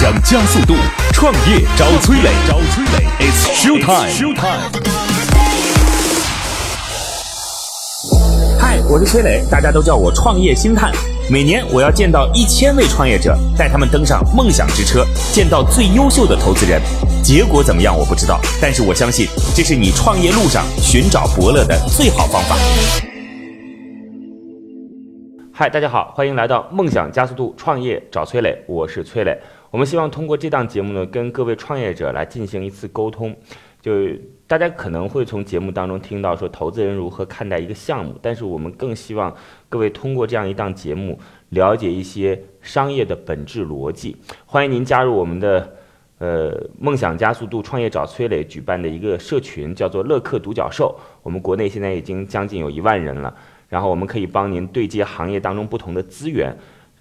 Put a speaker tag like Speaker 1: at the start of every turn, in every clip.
Speaker 1: 想加速度，创业找崔磊，找崔磊，It's show time。
Speaker 2: 嗨，我是崔磊，大家都叫我创业星探。每年我要见到一千位创业者，带他们登上梦想之车，见到最优秀的投资人。结果怎么样我不知道，但是我相信这是你创业路上寻找伯乐的最好方法。嗨，大家好，欢迎来到梦想加速度创业找崔磊，我是崔磊。我们希望通过这档节目呢，跟各位创业者来进行一次沟通。就大家可能会从节目当中听到说投资人如何看待一个项目，但是我们更希望各位通过这样一档节目了解一些商业的本质逻辑。欢迎您加入我们的呃梦想加速度创业找崔磊举办的一个社群，叫做乐客独角兽。我们国内现在已经将近有一万人了，然后我们可以帮您对接行业当中不同的资源。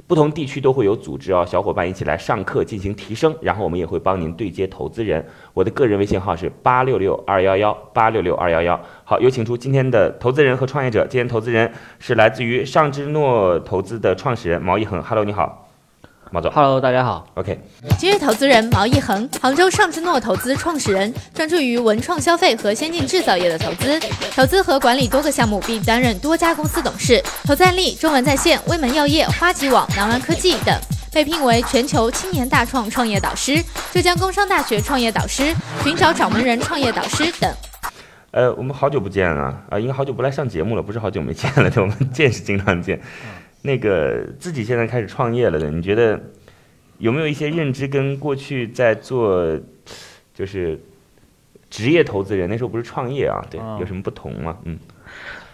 Speaker 2: 不同地区都会有组织啊，小伙伴一起来上课进行提升，然后我们也会帮您对接投资人。我的个人微信号是八六六二幺幺八六六二幺幺。好，有请出今天的投资人和创业者。今天投资人是来自于上之诺投资的创始人毛一恒。Hello，你好，毛总。
Speaker 3: Hello，大家好。
Speaker 2: OK，
Speaker 4: 今日投资人毛一恒，杭州上之诺投资创始人，专注于文创消费和先进制造业的投资，投资和管理多个项目，并担任多家公司董事，投赞力、中文在线、威门药业、花旗网、南湾科技等。被聘为全球青年大创创业导师、浙江工商大学创业导师、寻找掌门人创业导师等。
Speaker 2: 呃，我们好久不见了啊、应该好久不来上节目了，不是好久没见了， 对，我们见是经常见。那个自己现在开始创业了的，你觉得有没有一些认知跟过去在做就是职业投资人那时候不是创业啊？对，
Speaker 3: 啊
Speaker 2: 有什么不同吗？嗯，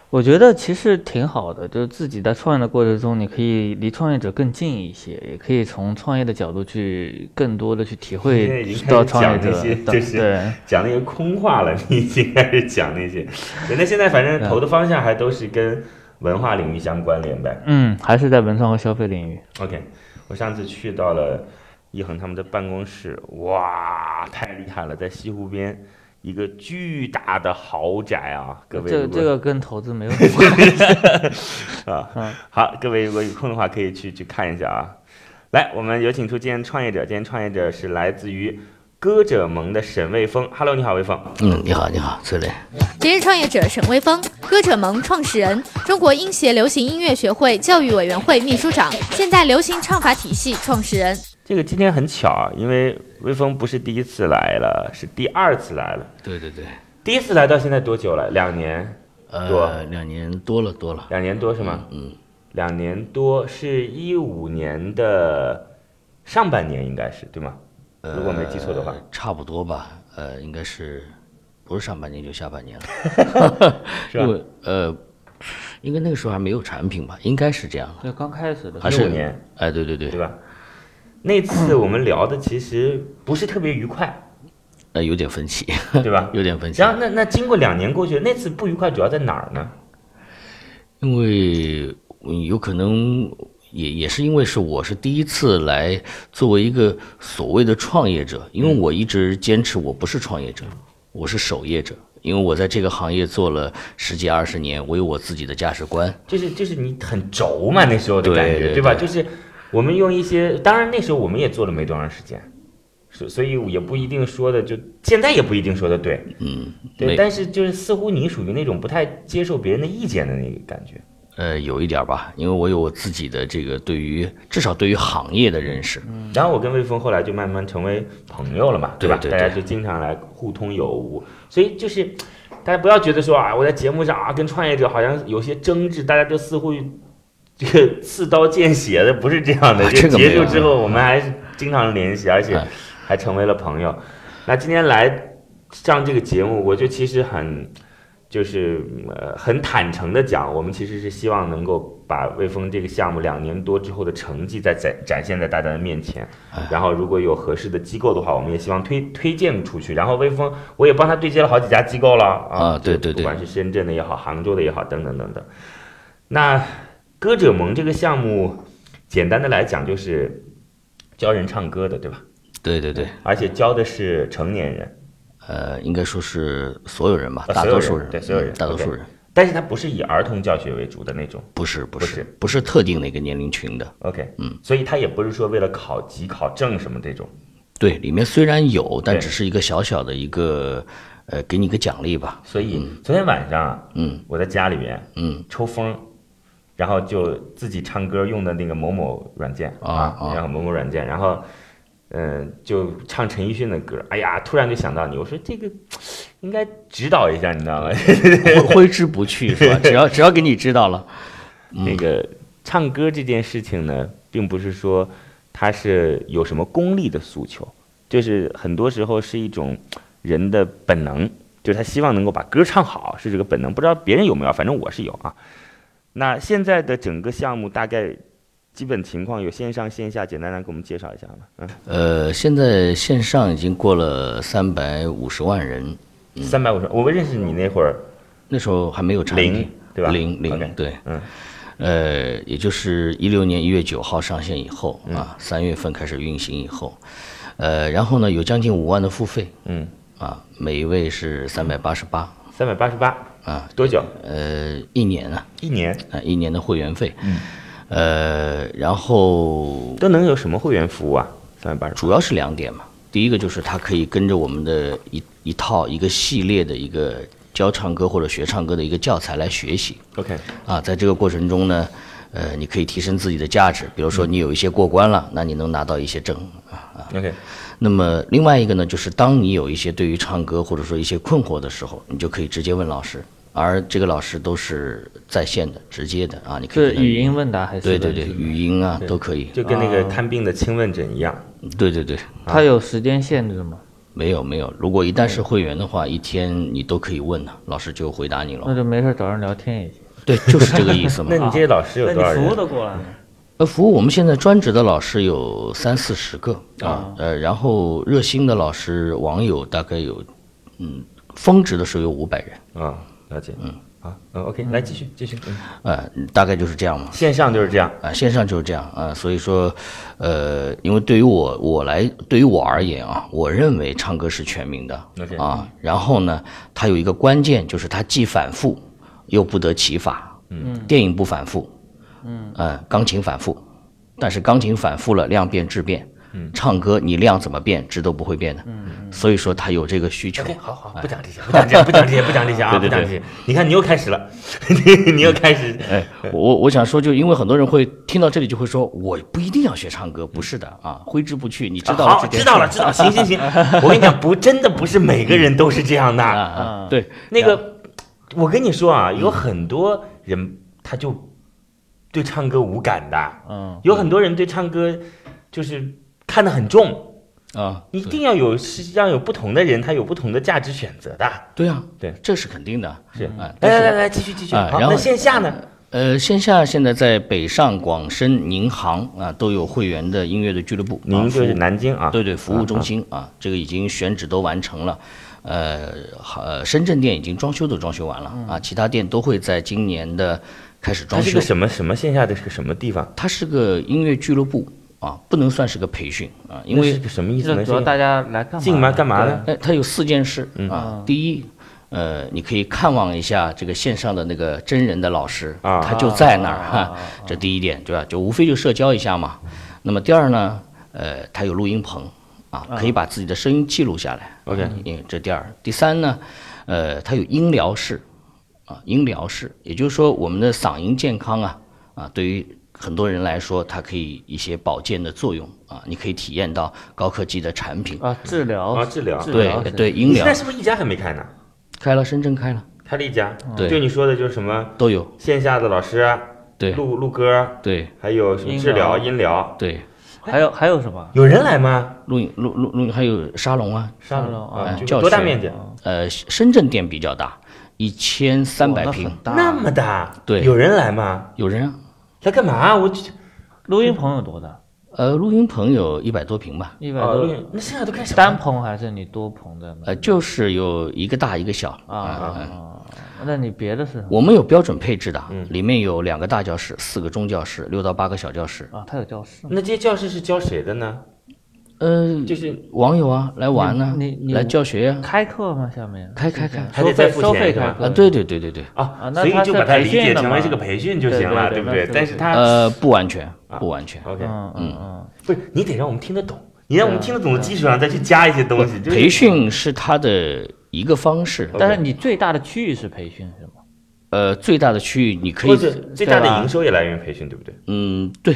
Speaker 3: 我觉得其实挺好的，就是自己在创业的过程中，你可以离创业者更近一些，也可以从创业的角度去更多的去体
Speaker 2: 现在已
Speaker 3: 会
Speaker 2: 经开
Speaker 3: 到
Speaker 2: 始
Speaker 3: 创业
Speaker 2: 讲那
Speaker 3: 者
Speaker 2: 些
Speaker 3: 的
Speaker 2: 就是
Speaker 3: 对
Speaker 2: 讲那个空话了， 你已经开始讲那些。人家现在反正投的方向还都是跟文化领域相关联呗。
Speaker 3: 嗯，还是在文创和消费领域。
Speaker 2: OK，我上次去到了一恒他们的办公室，哇，太厉害了，在西湖边一个巨大的豪宅啊！各位
Speaker 3: 这
Speaker 2: 如果
Speaker 3: 这个跟投资没有什 么关系。
Speaker 2: 啊
Speaker 3: 嗯，
Speaker 2: 好，各位如果有空的话，可以去去看一下啊。来，我们有请出今天创业者，今天创业者是来自于歌者盟的沈卫峰。Hello，你好，卫峰。
Speaker 5: 嗯，你好，你好，崔磊。
Speaker 4: 今日创业者沈威峰，歌者盟创始人，中国音协流行音乐学会教育委员会秘书长，现代流行唱法体系创始人。
Speaker 2: 这个今天很巧啊，因为威峰不是第一次来了，是第二次来了。
Speaker 5: 对对对，
Speaker 2: 第一次来到现在多久了？两年，多
Speaker 5: 呃，两年多了，多了。
Speaker 2: 两年多是吗？
Speaker 5: 嗯，
Speaker 2: 两年多是一五年的上半年，应该是对吗？
Speaker 5: 呃
Speaker 2: 如果没记错的话，
Speaker 5: 差不多吧。呃，应该是不是上半年就下半年了，
Speaker 2: 是吧
Speaker 5: 因为呃，应该那个时候还没有产品吧，应该是这样的。
Speaker 3: 对，刚开始 的时
Speaker 5: 还
Speaker 3: 候
Speaker 5: 是
Speaker 2: 15年？
Speaker 5: 哎，对对
Speaker 2: 对
Speaker 5: 对，
Speaker 2: 吧？那次我们聊的其实不是特别愉 快，
Speaker 5: 呃，有点分歧，？
Speaker 2: 对吧
Speaker 5: 有点分歧
Speaker 2: 然。后那那经过两年过去，那次不愉快主要在哪儿呢？
Speaker 5: 因为嗯有可能也也是因为是我是第一次来作为一个所谓的创业者，因
Speaker 2: 嗯
Speaker 5: 为我一直坚持我不是创业者，我是守业者。因为我在这个行业做了十几二十年，我有我自己的价值观。
Speaker 2: 就是就是你很轴嘛，那时候的感觉，
Speaker 5: 对对
Speaker 2: 吧？
Speaker 5: 对
Speaker 2: 就是我们用一些，当然那时候我们也做了没多长时间，所所以也不一定说的就现在也不一定说的对，
Speaker 5: 嗯，
Speaker 2: 对。
Speaker 5: 没
Speaker 2: 但是就是似乎你属于那种不太接受别人的意见的那个感觉，
Speaker 5: 呃，有一点儿吧，因为我有我自己的这个对于至少对于行业的认识。
Speaker 2: 然后我跟魏峰后来就慢慢成为朋友了嘛，
Speaker 5: 嗯对
Speaker 2: 吧？
Speaker 5: 对
Speaker 2: 大家
Speaker 5: 对
Speaker 2: 就经常来互通有无，所以就是大家不要觉得说啊，我在节目上啊跟创业者好像有些争执，大家就似乎这个刺刀见血的，不是这样的。
Speaker 5: 啊这个没
Speaker 2: 结
Speaker 5: 有
Speaker 2: 束之后，我们还是经常联系，而且
Speaker 5: 哎
Speaker 2: 还成为了朋友。那今天来上这个节目，我就其实很。就是呃，很坦诚的讲，我们其实是希望能够把魏峰这个项目两年多之后的成绩再展展现在大家的面前。
Speaker 5: 哎
Speaker 2: 然后如果有合适的机构的话，我们也希望推推荐出去。然后微风，我也帮他对接了好几家机构了
Speaker 5: 啊对对
Speaker 2: 不
Speaker 5: 对
Speaker 2: 管是深圳的也好，杭州的也好，等等等等。那歌者盟这个项目，简单的来讲就是教人唱歌的，对吧？
Speaker 5: 对对对，
Speaker 2: 而且教的是成年人，
Speaker 5: 呃，应该说是所有人吧，
Speaker 2: 啊
Speaker 5: 大
Speaker 2: 所有
Speaker 5: 多
Speaker 2: 人
Speaker 5: 数人，
Speaker 2: 啊对所有人
Speaker 5: 嗯大多
Speaker 2: OK
Speaker 5: 数人。
Speaker 2: 但是它不是以儿童教学为主的那种。
Speaker 5: 不是不
Speaker 2: 不
Speaker 5: 是
Speaker 2: 是
Speaker 5: 不是特定哪个年龄群的，
Speaker 2: OK，嗯，所以它也不是说为了考级、考证什么这种。
Speaker 5: 对，里面虽然有，但
Speaker 2: 对
Speaker 5: 只是一个小小的一个，呃，给你个奖励吧。
Speaker 2: 所以昨天晚上啊，
Speaker 5: 嗯
Speaker 2: 我在家里面
Speaker 5: 嗯，
Speaker 2: 抽风，然后就自己唱歌用的那个某某软件
Speaker 5: 啊啊
Speaker 2: 然后某某软件，然后嗯、就唱陈奕迅的歌，哎呀，突然就想到你，我说这个应该指导一下，你知道吗？
Speaker 5: 挥挥之不去是吧？只要只要给你知道了，
Speaker 2: 那个唱歌这件事情呢，并不是说它是有什么功利的诉求，就是很多时候是一种人的本能，就是他希望能够把歌唱好，是这个本能。不知道别人有没有，反正我是有啊。那现在的整个项目大概基本情况有线上线下，简单来给我们介绍一下吧。嗯，
Speaker 5: 呃，现在线上已经过了三百五十万人，
Speaker 2: 嗯三百五十，我们认识你那会儿
Speaker 5: 那时候还没有产品，
Speaker 2: 嗯零对吧？
Speaker 5: 零零
Speaker 2: OK
Speaker 5: 对，
Speaker 2: 嗯，
Speaker 5: 呃，也就是一六年一月九号上线以后
Speaker 2: 嗯
Speaker 5: 啊，三月份开始运行以后，呃，然后呢有将近五万的付费
Speaker 2: 嗯，
Speaker 5: 啊，每一位是三百八十八
Speaker 2: 三百八十八
Speaker 5: 啊，
Speaker 2: 多久？嗯
Speaker 5: 呃，一年啊，
Speaker 2: 一年
Speaker 5: 啊，一年的会员费，嗯，呃，然后
Speaker 2: 都能有什么会员服务啊？三百八十
Speaker 5: 主要是两点嘛，第一个就是它可以跟着我们的一一套一个系列的一个教唱歌或者学唱歌的一个教材来学习，
Speaker 2: ，OK，
Speaker 5: 啊，在这个过程中呢，呃，你可以提升自己的价值，比如说你有一些过关了，那你能拿到一些证。
Speaker 2: OK，
Speaker 5: 那么另外一个呢，就是当你有一些对于唱歌或者说一些困惑的时候，你就可以直接问老师，而这个老师都是在线的、直接的啊，你可以
Speaker 3: 是
Speaker 5: 跟他
Speaker 3: 语音问答还是？
Speaker 5: 对对对，，语音啊都可以，
Speaker 2: 就跟那个看病的轻问诊一样。
Speaker 5: 对对对，
Speaker 2: 啊
Speaker 3: 它有时间限制吗？
Speaker 5: 没有没有，如果一旦是会员的话，一天你都可以问呢，老师就回答你
Speaker 3: 那
Speaker 5: 了。
Speaker 3: 就没事儿找人聊天也行。
Speaker 5: 对，就是这个意思嘛
Speaker 2: 那。你这些老师有多少人？
Speaker 3: 都过来了？
Speaker 5: 呃，服务我们现在专职的老师有三四十个啊，呃，然后热心的老师网友大概有，嗯，峰值的时候有五百人，
Speaker 2: 啊，了解，嗯，好，嗯，OK，来继续继续，嗯
Speaker 5: 呃，大概就是这样嘛。
Speaker 2: 线上就是这样，
Speaker 5: 啊，线上就是这样啊，所以说，呃，因为对于我我来，对于我而言啊，我认为唱歌是全民的
Speaker 2: OK
Speaker 5: 啊。然后呢，它有一个关键就是它既反复又不得其法。嗯，电影不反复，嗯，呃，钢琴反复，但是钢琴反复了，量变质变。嗯，唱歌你量怎么变，质都不会变的。嗯，所以说它有这个需求。
Speaker 2: 好好，不讲这些，不讲这些，不讲这些，不讲这些啊，不
Speaker 5: 对对
Speaker 2: 讲这
Speaker 5: 对
Speaker 2: 些。你看，你又开始了， 你你又开始，
Speaker 5: 哎，我我我想说，就因为很多人会听到这里就会说，我不一定要学唱歌，不是的啊，挥之不去。你知道了
Speaker 2: 啊好，
Speaker 5: 这件
Speaker 2: 知道
Speaker 5: 事
Speaker 2: 了，知道了，行行 行，我跟你讲，不，真的不是每个人都是这样
Speaker 5: 啊
Speaker 2: 的。
Speaker 5: 啊，对，
Speaker 2: 那个，我跟你说啊，有很多人他就对唱歌无感的，
Speaker 3: 嗯，
Speaker 2: 有很多人对唱歌就是看得很重，
Speaker 5: 啊，
Speaker 2: 你一定要有是让有不同的人，他有不同的价值选择的。
Speaker 5: 对呀，
Speaker 2: 对
Speaker 5: 这是肯定的，
Speaker 2: 是
Speaker 5: 啊，
Speaker 2: 来
Speaker 5: 但
Speaker 2: 来
Speaker 5: 是
Speaker 2: 来来，继续继续。
Speaker 5: 啊
Speaker 2: 好，
Speaker 5: 然后
Speaker 2: 那线下呢？
Speaker 5: 呃，线下现在在北上广深宁杭啊都有会员的音乐的俱乐部，啊
Speaker 2: 您就
Speaker 5: 服
Speaker 2: 是
Speaker 5: 务
Speaker 2: 南京啊，
Speaker 5: 对对，服务中心啊，这个已经选址都完成了，呃，好呃，深圳店已经装修都装修完了啊，其他店都会在今年的开始
Speaker 2: 嗯它
Speaker 5: 装
Speaker 2: 是
Speaker 5: 修
Speaker 2: 个。什么什么线下的是个什么地方？
Speaker 5: 它是个音乐俱乐部啊，不能算是个培训啊，因
Speaker 2: 那
Speaker 5: 为
Speaker 2: 是个什么意思
Speaker 3: 这
Speaker 2: 呢？
Speaker 3: 主要
Speaker 2: 是
Speaker 3: 大家来干嘛？
Speaker 2: 进吗？干嘛呢？
Speaker 5: 哎，它有四件事
Speaker 2: 嗯
Speaker 5: 啊。第一，呃，你可以看望一下这个线上的那个真人的老师，
Speaker 2: 啊
Speaker 5: 他就在那儿哈，这第一点对吧？就无非就社交一下嘛。那么第二呢，呃，它有录音棚啊，可以把自己的声音记录下来。
Speaker 2: OK
Speaker 5: 嗯，这第二。第三呢，呃，它有音疗室啊，音疗室，也就是说我们的嗓音健康啊啊，对于很多人来说，它可以一些保健的作用啊，你可以体验到高科技的产品。
Speaker 3: 啊，治疗
Speaker 2: 啊治疗
Speaker 3: 是
Speaker 5: 对对，音
Speaker 2: 你 现
Speaker 5: 疗
Speaker 2: 在是不是一家还没开呢？
Speaker 5: 开了，深圳开了，
Speaker 2: 开了一家，
Speaker 5: 对
Speaker 2: 就你说的就是什么
Speaker 5: 都有。
Speaker 2: 线下的老师啊，
Speaker 5: 对
Speaker 2: 录录歌啊，
Speaker 5: 对
Speaker 2: 还有什么治疗、音疗，
Speaker 5: 对，
Speaker 3: 还有还有什么？
Speaker 2: 有人来吗？
Speaker 5: 录影录录录影还有沙龙啊，
Speaker 2: 上
Speaker 3: 了
Speaker 2: 啊，
Speaker 5: 哎
Speaker 2: 就
Speaker 5: 教
Speaker 2: 多大
Speaker 5: 学
Speaker 2: 面积？
Speaker 5: 呃，深圳店比较大，一千三
Speaker 3: 哇
Speaker 5: 百
Speaker 3: 那
Speaker 5: 平
Speaker 3: 很，大
Speaker 2: 那么大，
Speaker 5: 对
Speaker 2: 有人来吗？
Speaker 5: 有人啊，
Speaker 2: 来干嘛？我就
Speaker 3: 录音棚有多大？
Speaker 5: 呃，录音棚有一百多平吧，
Speaker 3: 一百
Speaker 2: 啊，录
Speaker 3: 多。
Speaker 2: 影那现在都开始
Speaker 3: 单棚还是你多棚在那？
Speaker 5: 呃，就是有一个大一个小
Speaker 3: 啊啊
Speaker 5: 嗯嗯
Speaker 3: 啊！那你别的是什么？
Speaker 5: 我们有标准配置的，里面有两个大教室，四个中教室，六到八个小教室。
Speaker 2: 嗯
Speaker 3: 啊，他有教室吗？
Speaker 2: 那这些教室是教谁的呢？
Speaker 5: 呃，
Speaker 2: 就是
Speaker 5: 网友啊，来玩呢、
Speaker 3: 你你
Speaker 5: 来教学呀、
Speaker 3: 开课吗？下面
Speaker 5: 开开开
Speaker 2: 还
Speaker 3: 收
Speaker 2: 得再
Speaker 3: 费
Speaker 2: 付
Speaker 3: 收
Speaker 2: 钱
Speaker 3: 费
Speaker 2: 是
Speaker 3: 开
Speaker 2: 吧
Speaker 3: 课
Speaker 5: 啊，对对对对对，
Speaker 2: 啊，
Speaker 3: 那
Speaker 2: 所以
Speaker 3: 他
Speaker 2: 就是把它
Speaker 3: 培
Speaker 2: 理
Speaker 3: 训
Speaker 2: 解
Speaker 3: 的
Speaker 2: 成为
Speaker 3: 嘛
Speaker 2: 是个培训就
Speaker 3: 对
Speaker 2: 行
Speaker 3: 对
Speaker 2: 了，
Speaker 3: 对
Speaker 2: 对不
Speaker 3: 那
Speaker 2: 对
Speaker 3: 是？个
Speaker 2: 但
Speaker 3: 培
Speaker 2: 是
Speaker 3: 训
Speaker 2: 他
Speaker 5: 呃，不完全，不完全。
Speaker 2: OK，
Speaker 3: 嗯啊嗯嗯，
Speaker 2: 不是你得让我们听得懂，你让我们听得懂的基础上再去加一些东
Speaker 3: 啊
Speaker 2: 西，就是
Speaker 5: 培训是它的一个方式，
Speaker 2: OK
Speaker 3: 但是你最大的区域是培训 是吗？
Speaker 5: 呃，最大的区域你可
Speaker 2: 或
Speaker 5: 以，
Speaker 2: 者最大的
Speaker 3: 对吧
Speaker 2: 营收也来源于培训，对不对？
Speaker 5: 嗯，对，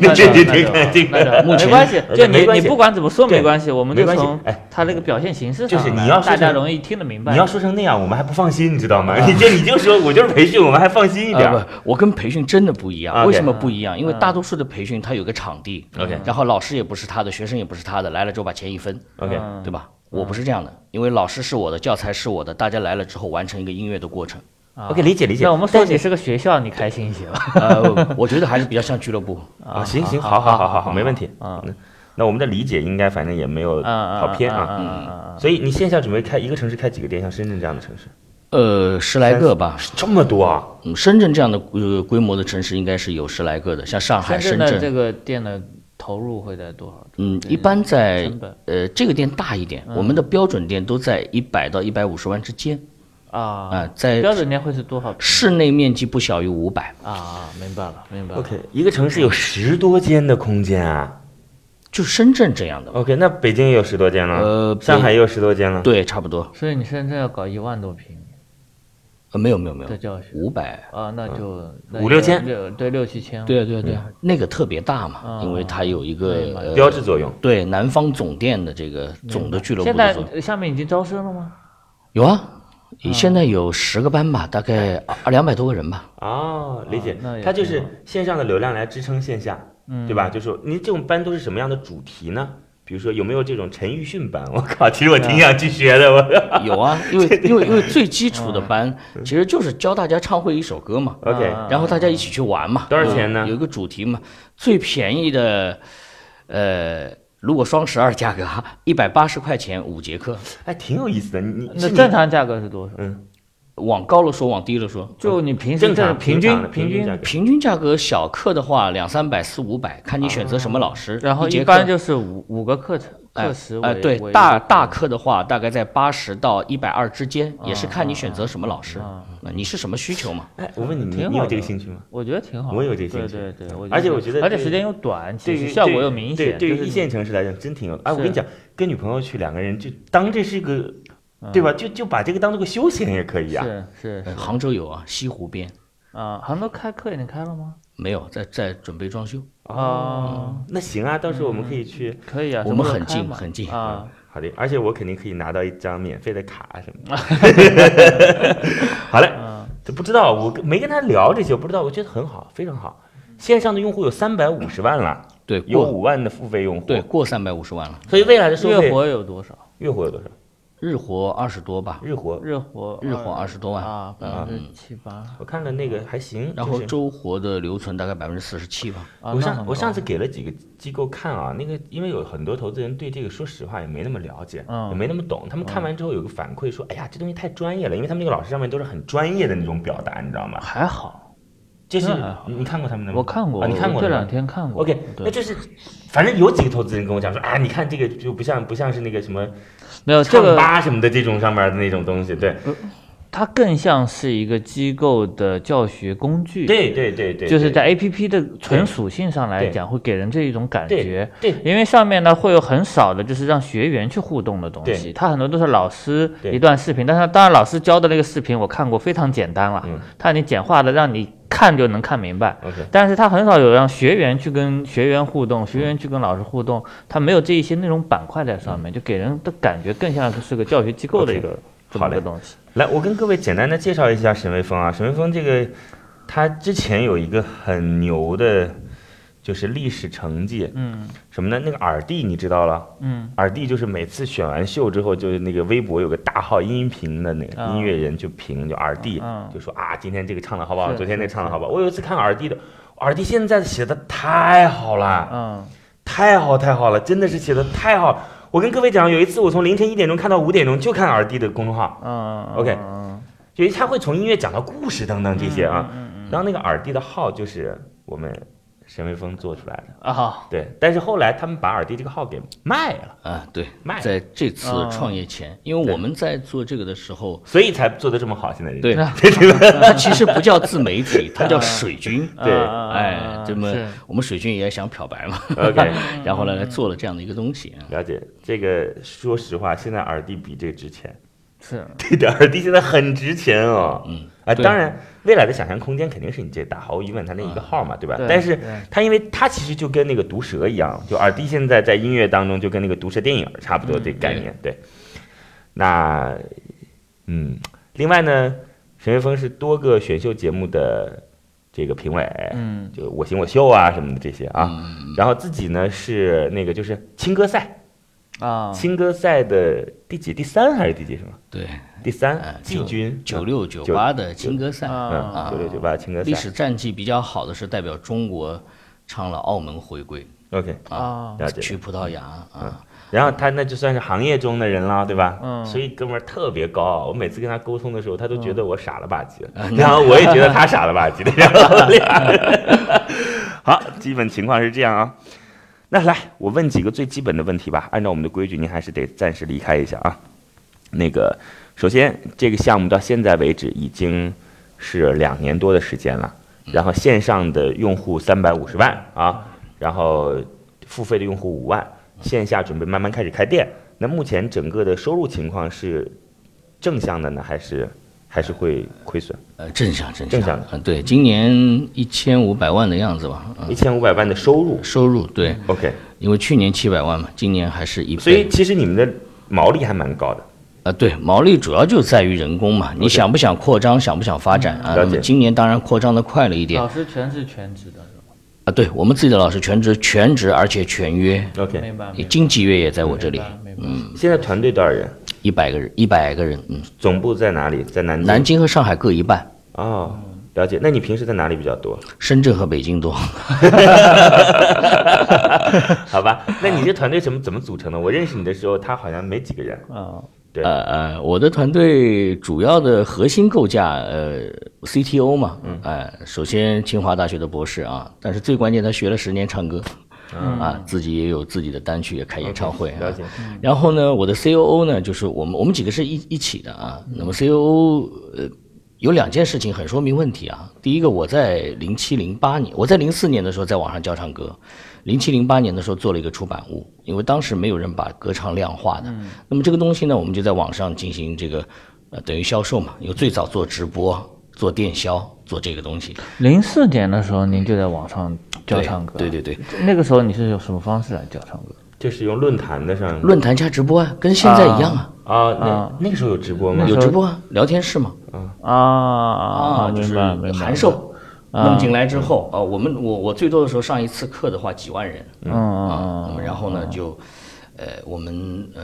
Speaker 3: 那
Speaker 2: 这
Speaker 3: 就
Speaker 2: 这
Speaker 3: 那
Speaker 2: 这
Speaker 3: 就
Speaker 2: 个这
Speaker 3: 那
Speaker 2: 个
Speaker 3: 就没关系，就
Speaker 2: 呃没
Speaker 3: 你
Speaker 2: 关
Speaker 3: 你
Speaker 2: 系
Speaker 3: 不管怎么说
Speaker 2: 对
Speaker 3: 没关系，我们
Speaker 2: 没
Speaker 3: 就
Speaker 2: 关系
Speaker 3: 从
Speaker 2: 哎
Speaker 3: 他这个表现形式
Speaker 2: 就是
Speaker 3: 上
Speaker 2: 你
Speaker 3: 来
Speaker 2: 要
Speaker 3: 大
Speaker 2: 说
Speaker 3: 家
Speaker 2: 成
Speaker 3: 容易听得明白。
Speaker 2: 你要说成那样，我们还不放心，你知道吗？
Speaker 3: 啊
Speaker 2: 你就你就说我就是培训，我们还放心一点。
Speaker 5: 呃，不，我跟培训真的不一样。
Speaker 2: OK
Speaker 5: 为什么不一样？因为大多数的培训它有个场地
Speaker 2: OK
Speaker 5: 然后老师也不是他的，学生也不是他的，来了之后把钱一分，
Speaker 2: OK，
Speaker 3: 啊
Speaker 5: 对吧？我不是这样的，因为老师是我的，教材是我的，大家来了之后完成一个音乐的过程。
Speaker 3: 啊
Speaker 2: OK，理解理解
Speaker 3: 那我们说
Speaker 2: 但是
Speaker 3: 你是个学校，你开心一些吧。
Speaker 5: 呃，我觉得还是比较像俱乐部。
Speaker 2: 啊，行行，好好好好好，没问题。
Speaker 3: 啊
Speaker 2: 嗯，那我们的理解应该反正也没有
Speaker 3: 嗯，
Speaker 2: 跑偏
Speaker 3: 啊啊
Speaker 2: 啊。
Speaker 3: 嗯嗯嗯
Speaker 2: 所以你线下准备开一个城市开几个店？像深圳这样的城市，
Speaker 5: 呃，十来个吧。
Speaker 2: 这么多啊？
Speaker 5: 嗯，深圳这样的呃规模的城市应该是有十来个的，像上海、
Speaker 3: 嗯。深
Speaker 5: 深
Speaker 3: 圳的这
Speaker 5: 圳，
Speaker 3: 个店的投入会在多少？
Speaker 5: 嗯，一般在
Speaker 3: 成本
Speaker 5: 呃这个店大一点，我们的标准店都在一百到一百五十万之间啊
Speaker 3: 啊，，
Speaker 5: 在
Speaker 3: 标准店会是多少平？
Speaker 5: 室内面积不小于五百，
Speaker 3: 啊啊，明白了，明白了。
Speaker 2: OK，一个城市有十多间的空间啊。
Speaker 5: 就深圳这样的吧，
Speaker 2: OK，那北京也有十多间了，
Speaker 5: 呃
Speaker 2: 嗯上海也有十多间了。
Speaker 5: 对，差不多。
Speaker 3: 所以你深圳要搞一万多平
Speaker 5: 呃，没有没有没
Speaker 3: 的
Speaker 5: 有，
Speaker 3: 教学
Speaker 5: 五百。
Speaker 3: 啊，那就那
Speaker 2: 嗯五六
Speaker 3: 也
Speaker 2: 千
Speaker 3: 六对六七千，
Speaker 5: 对啊对啊对啊，那个特别大嘛，
Speaker 3: 嗯
Speaker 5: 因为它有一个呃
Speaker 2: 标志作用。
Speaker 5: 对南方总店的这个总的俱乐部
Speaker 3: 现
Speaker 5: 的
Speaker 3: 在
Speaker 5: 作用
Speaker 3: 呃下面已经招生了吗？
Speaker 5: 有啊。现在有十个班吧，大概二两百多个人吧。
Speaker 2: 哦，理解
Speaker 3: 啊那，也
Speaker 2: 它就
Speaker 3: 挺
Speaker 2: 是
Speaker 3: 好嗯
Speaker 2: 线上的流量来支撑线下，对吧？就是您这种班都是什么样的主题呢？比如说有没有这种陈奕迅班？我 靠，其实
Speaker 3: 啊
Speaker 2: 我挺想去学的，我。
Speaker 5: 有啊，因为因为因为最基础的班其实就是教大家唱会一首歌嘛，
Speaker 2: OK，
Speaker 3: 啊
Speaker 5: 然后大家一起去玩嘛。嗯
Speaker 2: 多少钱呢
Speaker 5: 有有一个主题嘛，最便宜的，呃，如果双十二价格 一百八十块钱五节课，
Speaker 2: 哎，挺有意思的。你你
Speaker 3: 那
Speaker 2: 是你
Speaker 3: 正常价格是多少？
Speaker 5: 往高了说，往低了说，
Speaker 3: 就你平时
Speaker 2: 嗯正
Speaker 3: 这
Speaker 2: 常
Speaker 3: 平
Speaker 2: 平常
Speaker 3: 均
Speaker 2: 的
Speaker 3: 平
Speaker 2: 平均价
Speaker 3: 均，
Speaker 2: 格
Speaker 5: 平均价格小课的话，两三百、四五百，看你选择什么老师。
Speaker 3: 啊然后
Speaker 5: 节
Speaker 3: 一
Speaker 5: 课
Speaker 3: 般就是五五个课程
Speaker 5: 哎
Speaker 3: 课时
Speaker 5: 哎
Speaker 3: 为
Speaker 5: 对
Speaker 3: 为嗯啊
Speaker 5: 大大课的话，大概在八十到一百二之间，也是看你
Speaker 3: 啊
Speaker 5: 选择什么老师
Speaker 3: 啊，
Speaker 5: 那你是什么需求嘛？
Speaker 2: 哎，我问你，
Speaker 3: 挺
Speaker 2: 你
Speaker 3: 好
Speaker 2: 你有这个
Speaker 3: 的
Speaker 2: 兴趣吗？
Speaker 3: 我觉得挺好，
Speaker 2: 我有这兴趣
Speaker 3: 对对对，
Speaker 2: 而且我觉得
Speaker 3: 而且
Speaker 2: 对
Speaker 3: 时间又短，
Speaker 2: 对
Speaker 3: 其
Speaker 2: 于
Speaker 3: 实效
Speaker 2: 对
Speaker 3: 果又明显，
Speaker 2: 对，对
Speaker 3: 就
Speaker 2: 于
Speaker 3: 是
Speaker 2: 一
Speaker 3: 你
Speaker 2: 线城市来讲，真挺有。哎，我
Speaker 3: 是
Speaker 2: 跟你讲，跟女朋友去，两个人就当这是一个，对吧？就就把这个当做个休闲也可以啊。
Speaker 3: 嗯是是
Speaker 5: 呃杭州有啊，西湖边
Speaker 3: 啊，杭州开课已经开了吗？
Speaker 5: 没有，在在准备装修。
Speaker 2: 哦
Speaker 3: 啊，
Speaker 2: 那行啊，到时候我们可以
Speaker 5: 嗯
Speaker 2: 去。
Speaker 3: 可以啊，
Speaker 5: 我
Speaker 3: 什么
Speaker 5: 们
Speaker 3: 时候
Speaker 5: 很
Speaker 3: 开
Speaker 5: 近
Speaker 3: 嘛
Speaker 5: 很近
Speaker 3: 啊，
Speaker 2: 好的，而且我肯定可以拿到一张免费的卡什么的。 好嘞，
Speaker 3: 嗯
Speaker 2: 这不知道，我跟没跟他聊这些，我不知道，我觉得很好，非常好。线上的用户有三百五十万了，
Speaker 5: 对，
Speaker 2: 有
Speaker 5: 过
Speaker 2: 五万的付费用户，
Speaker 5: 对，过三百五十万了，
Speaker 2: 所以未来的收费
Speaker 3: 月活有多少？
Speaker 2: 月活有多少？
Speaker 5: 日活二十多吧，
Speaker 2: 日活，
Speaker 3: 日活
Speaker 5: 日活二十多万，
Speaker 3: 啊，
Speaker 2: 嗯
Speaker 3: 百分之七八
Speaker 2: 我看了那个还行。
Speaker 5: 然
Speaker 2: 就
Speaker 5: 后
Speaker 2: 是
Speaker 5: 周活的留存大概百分之四十七吧。
Speaker 3: 啊，
Speaker 2: 我
Speaker 3: 那
Speaker 2: 上
Speaker 3: 很
Speaker 2: 我
Speaker 3: 高
Speaker 2: 上次给了几个机构看啊，那个因为有很多投资人对这个说实话也没那么了解，
Speaker 3: 嗯
Speaker 2: 也没那么懂，他们看完之后有个反馈说，哎呀，这东西太专业了，因为他们那个老师上面都是很专业的那种表达，你知道吗？
Speaker 3: 还好，
Speaker 2: 就是
Speaker 3: 嗯那还好
Speaker 2: 你你看过他们的吗？
Speaker 3: 我看过，
Speaker 2: 啊你看过
Speaker 3: 我这
Speaker 2: 是吧
Speaker 3: 两天看过。
Speaker 2: OK，那
Speaker 3: 对，
Speaker 2: 就是反正有几个投资人跟我讲说，啊，你看这个就不像不像是那个什么
Speaker 3: 没呃有这
Speaker 2: 唱
Speaker 3: 个，嗯
Speaker 2: 吧什么的这种上面的那种东西，对
Speaker 3: 它更像是一个机构的教学工具。
Speaker 2: 对对对对，
Speaker 3: 就是
Speaker 2: 对
Speaker 3: 在 A P P 的纯属性上来
Speaker 2: 对
Speaker 3: 讲，会给人这一种感
Speaker 2: 对
Speaker 3: 觉。
Speaker 2: 对
Speaker 3: 因为上面呢会有很少的，就是让学员去互动的东西，
Speaker 2: 对
Speaker 3: 它很多都是老师
Speaker 2: 对
Speaker 3: 一段视频，但是当然老师教的那个视频我看过，非常简单了
Speaker 2: 嗯，
Speaker 3: 它已经简化的让你看就能看明白。
Speaker 2: OK
Speaker 3: 但是它很少有让学员去跟学员互动，学员去跟老师互动，它没有这一些内容板块在上面，就给人的感觉更像是个教学机构的
Speaker 2: OK，
Speaker 3: 一个这
Speaker 2: 好
Speaker 3: 么个
Speaker 2: 嘞
Speaker 3: 东西。
Speaker 2: 来，我跟各位简单的介绍一下沈威峰啊。沈威峰这个，他之前有一个很牛的，就是历史成绩，
Speaker 3: 嗯
Speaker 2: 什么呢？那个耳帝你知道了？
Speaker 3: 嗯
Speaker 2: 耳帝就是每次选完秀之后，就是那个微博有个大号音频的那个
Speaker 3: 啊
Speaker 2: 音乐人就评，就耳帝
Speaker 3: 嗯，
Speaker 2: 就说啊，今天这个唱的好不好？
Speaker 3: 是
Speaker 2: 昨天那个
Speaker 3: 是
Speaker 2: 唱的好不好？我有一次看耳帝的，耳帝现在写的太好了，
Speaker 3: 嗯，
Speaker 2: 太好太好了，真的是写的太好了。我跟各位讲，有一次我从凌晨一点钟看到五点钟，就看耳帝的公众号。
Speaker 3: 嗯
Speaker 2: OK
Speaker 3: 嗯
Speaker 2: 因为
Speaker 5: 嗯
Speaker 2: 他会从音乐讲到故事等等这些啊。然后那个耳帝的号就是我们沈威风做出来的。
Speaker 3: 啊，
Speaker 2: 对，但是后来他们把尔迪这个号给卖了，
Speaker 5: 啊，对
Speaker 2: 卖，
Speaker 5: 在这次
Speaker 3: 啊
Speaker 5: 创业前，因为我们在做这个的时候，
Speaker 2: 所以才做的这么好。现在这个
Speaker 5: 对，它其实不叫自媒体，它叫水军。
Speaker 2: 对
Speaker 3: 啊
Speaker 5: 哎，这么
Speaker 3: 是
Speaker 5: 我们水军也想漂白嘛
Speaker 2: OK
Speaker 5: 然后呢，做了这样的一个东西。啊
Speaker 2: 了解这个，说实话，现在尔迪比这个值钱。
Speaker 3: 是
Speaker 2: 对的，尔迪现在很值钱哦。
Speaker 5: 嗯，
Speaker 2: 啊，
Speaker 5: 对
Speaker 2: 当然，未来的想象空间肯定是你这大毫无疑问，它那一个
Speaker 5: 啊
Speaker 2: 号嘛，对吧？
Speaker 3: 对
Speaker 2: 但是
Speaker 3: 对
Speaker 2: 它因为它其实就跟那个毒蛇一样，就尔迪现在在音乐当中就跟那个毒蛇电影差不多
Speaker 5: 嗯
Speaker 2: 这个概念。对，那嗯，另外呢，沈岳峰是多个选秀节目的这个评委，
Speaker 3: 嗯，
Speaker 2: 就我行我秀啊什么的这些啊。
Speaker 5: 嗯
Speaker 2: 然后自己呢是那个就是青歌赛，
Speaker 5: 嗯
Speaker 3: 啊，
Speaker 2: 青歌赛的第几？第三还是第几什么？
Speaker 5: 对，
Speaker 2: 第三
Speaker 5: 哎，
Speaker 2: 季军
Speaker 5: 九六九八的青歌赛，
Speaker 2: 嗯，
Speaker 3: 啊
Speaker 2: 九六九八青歌赛
Speaker 5: 历史战绩比较好的是代表中国唱了澳门回归，
Speaker 2: OK
Speaker 3: 啊，
Speaker 2: 了解
Speaker 5: 去
Speaker 2: 了。
Speaker 5: 葡萄牙啊。
Speaker 2: 然后他那就算是行业中的人了，对吧？
Speaker 3: 嗯
Speaker 2: 所以哥们儿特别高傲，我每次跟他沟通的时候，他都觉得我傻了吧唧的，然后我也觉得他傻了吧唧的，然后俩人 好，基本情况是这样啊。那来，我问几个最基本的问题吧。按照我们的规矩，您还是得暂时离开一下啊。那个，首先这个项目到现在为止已经是两年多的时间了，然后线上的用户三百五十万啊，然后付费的用户五万，线下准备慢慢开始开店。那目前整个的收入情况是正向的呢，还是还是会亏损？
Speaker 5: 呃，正向正
Speaker 2: 正
Speaker 5: 向
Speaker 2: 向的，
Speaker 5: 嗯对，今年一千五百万的样子吧，嗯
Speaker 2: 一千五百万的收入
Speaker 5: 收入对，
Speaker 2: ，OK。
Speaker 5: 因为去年七百万嘛，今年还是一倍。
Speaker 2: 所以其实你们的毛利还蛮高的。
Speaker 5: 啊，对，毛利主要就在于人工嘛，你想不想扩张，想不想发展啊？
Speaker 2: 嗯了
Speaker 5: 那
Speaker 2: 解啊
Speaker 5: 么今年当然扩张的快了一点
Speaker 3: 老师全是全职的，是
Speaker 5: 啊。对我们自己的老师全职全职，而且全约，
Speaker 3: 吧？
Speaker 2: OK，
Speaker 3: 明白，明白
Speaker 5: 经济约也在我这里，
Speaker 3: 明白，明白
Speaker 2: 现在团队多少人？
Speaker 5: 一百个人，一百个人，嗯，
Speaker 2: 总部在哪里？在南京。
Speaker 5: 南京和上海各一半，
Speaker 2: 哦，了解。那你平时在哪里比较多？
Speaker 5: 深圳和北京多。
Speaker 2: 好吧，那你这团队怎么怎么组成的？我认识你的时候，他好像没几个人。
Speaker 3: 啊，
Speaker 2: 对，
Speaker 5: 呃呃，我的团队主要的核心构架，呃，CTO 嘛，嗯，哎，首先清华大学的博士啊，但是最关键他学了十年唱歌，啊，自己也有自己的单曲，也开演唱会、啊，
Speaker 2: 嗯了解。
Speaker 5: 然后呢，我的 COO 呢，就是我们我们几个是一一起的啊。那么 COO 呃，有两件事情很说明问题啊。第一个，我在零七零八年，我在零四年的时候在网上教唱歌，零七零八年的时候做了一个出版物，因为当时没有人把歌唱量化的。那么这个东西呢，我们就在网上进行这个呃等于销售嘛，因为最早做直播、做电销、做这个东西，
Speaker 3: 零四年的时候，您就在网上教
Speaker 5: 对
Speaker 3: 唱歌，
Speaker 5: 对对对，
Speaker 3: 那个时候你是用什么方式来教唱歌？
Speaker 2: 这是用论坛的上
Speaker 5: 论坛加直播啊，跟现在一样啊，
Speaker 2: 啊，那
Speaker 3: 啊
Speaker 2: 那个时候有直播吗
Speaker 5: 有？直播啊，聊天室嘛。
Speaker 3: 啊啊，
Speaker 5: 就
Speaker 3: 明
Speaker 5: 是
Speaker 3: 白明白，嗯
Speaker 5: 函授弄进来之后，啊，我们我我最多的时候上一次课的话几万人
Speaker 3: 嗯，嗯
Speaker 5: 啊，那
Speaker 3: 嗯
Speaker 5: 么然后呢就，呃，我们呃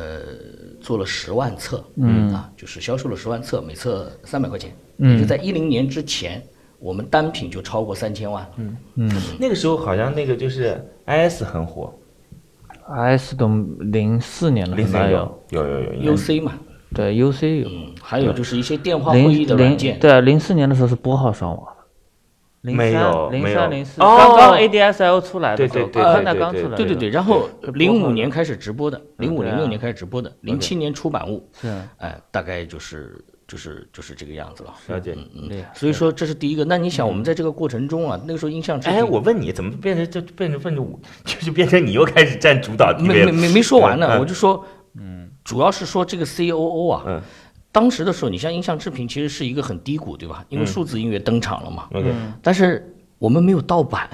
Speaker 5: 做了十万册，嗯啊，就是销售了十万册，每册三百块钱，嗯，就在一零年之前，我们单品就超过三千万，嗯，
Speaker 2: 那个时候好像那个就是 IS 很火，
Speaker 3: 嗯，S 都零四年了，
Speaker 2: 零
Speaker 3: 应该
Speaker 2: 三
Speaker 3: 有，
Speaker 2: 有有有有
Speaker 5: UC 嘛，
Speaker 3: 对 UC 有，
Speaker 5: 嗯，还有就是一些电话会议的
Speaker 3: 零
Speaker 5: 软
Speaker 3: 零
Speaker 5: 件，
Speaker 3: 对啊，零四年的时候是拨号上网的，零
Speaker 2: 没有没
Speaker 3: 三零
Speaker 2: 有
Speaker 3: 三零四
Speaker 2: 哦
Speaker 3: 刚刚 ADSL 出来的时候，
Speaker 2: 对对对
Speaker 3: 刚
Speaker 2: 对
Speaker 3: 那
Speaker 2: 对
Speaker 3: 刚
Speaker 2: 对
Speaker 3: 出来的时候，
Speaker 5: 对对对，然后
Speaker 3: 是拨
Speaker 5: 零
Speaker 3: 号
Speaker 5: 五
Speaker 3: 的
Speaker 5: 年开始直播的，零五
Speaker 3: 对
Speaker 5: 零
Speaker 3: 啊
Speaker 5: 六年开始直播的，零七年出版物，
Speaker 3: 是
Speaker 5: 哎，大概就是就是就是这个样子了。
Speaker 2: 了解。
Speaker 3: 厉害，
Speaker 5: 所以说这是第一个。那你想，我们在这个过程中啊，那个时候音像制
Speaker 2: 嗯哎，我问你，怎么变成就变成变成我， 就是变成你又开始占主导地
Speaker 5: 没
Speaker 2: 位
Speaker 5: 没
Speaker 2: 了？
Speaker 5: 没没说完
Speaker 2: 嗯
Speaker 5: 呢，
Speaker 2: 嗯
Speaker 5: 我就说，嗯，主要是说这个 COO 啊，
Speaker 2: 嗯
Speaker 5: 当时的时候，你像音像制品其实是一个很低谷，对吧？因为数字音乐登场了嘛，
Speaker 2: 嗯 OK，
Speaker 5: 但是我们没有盗版，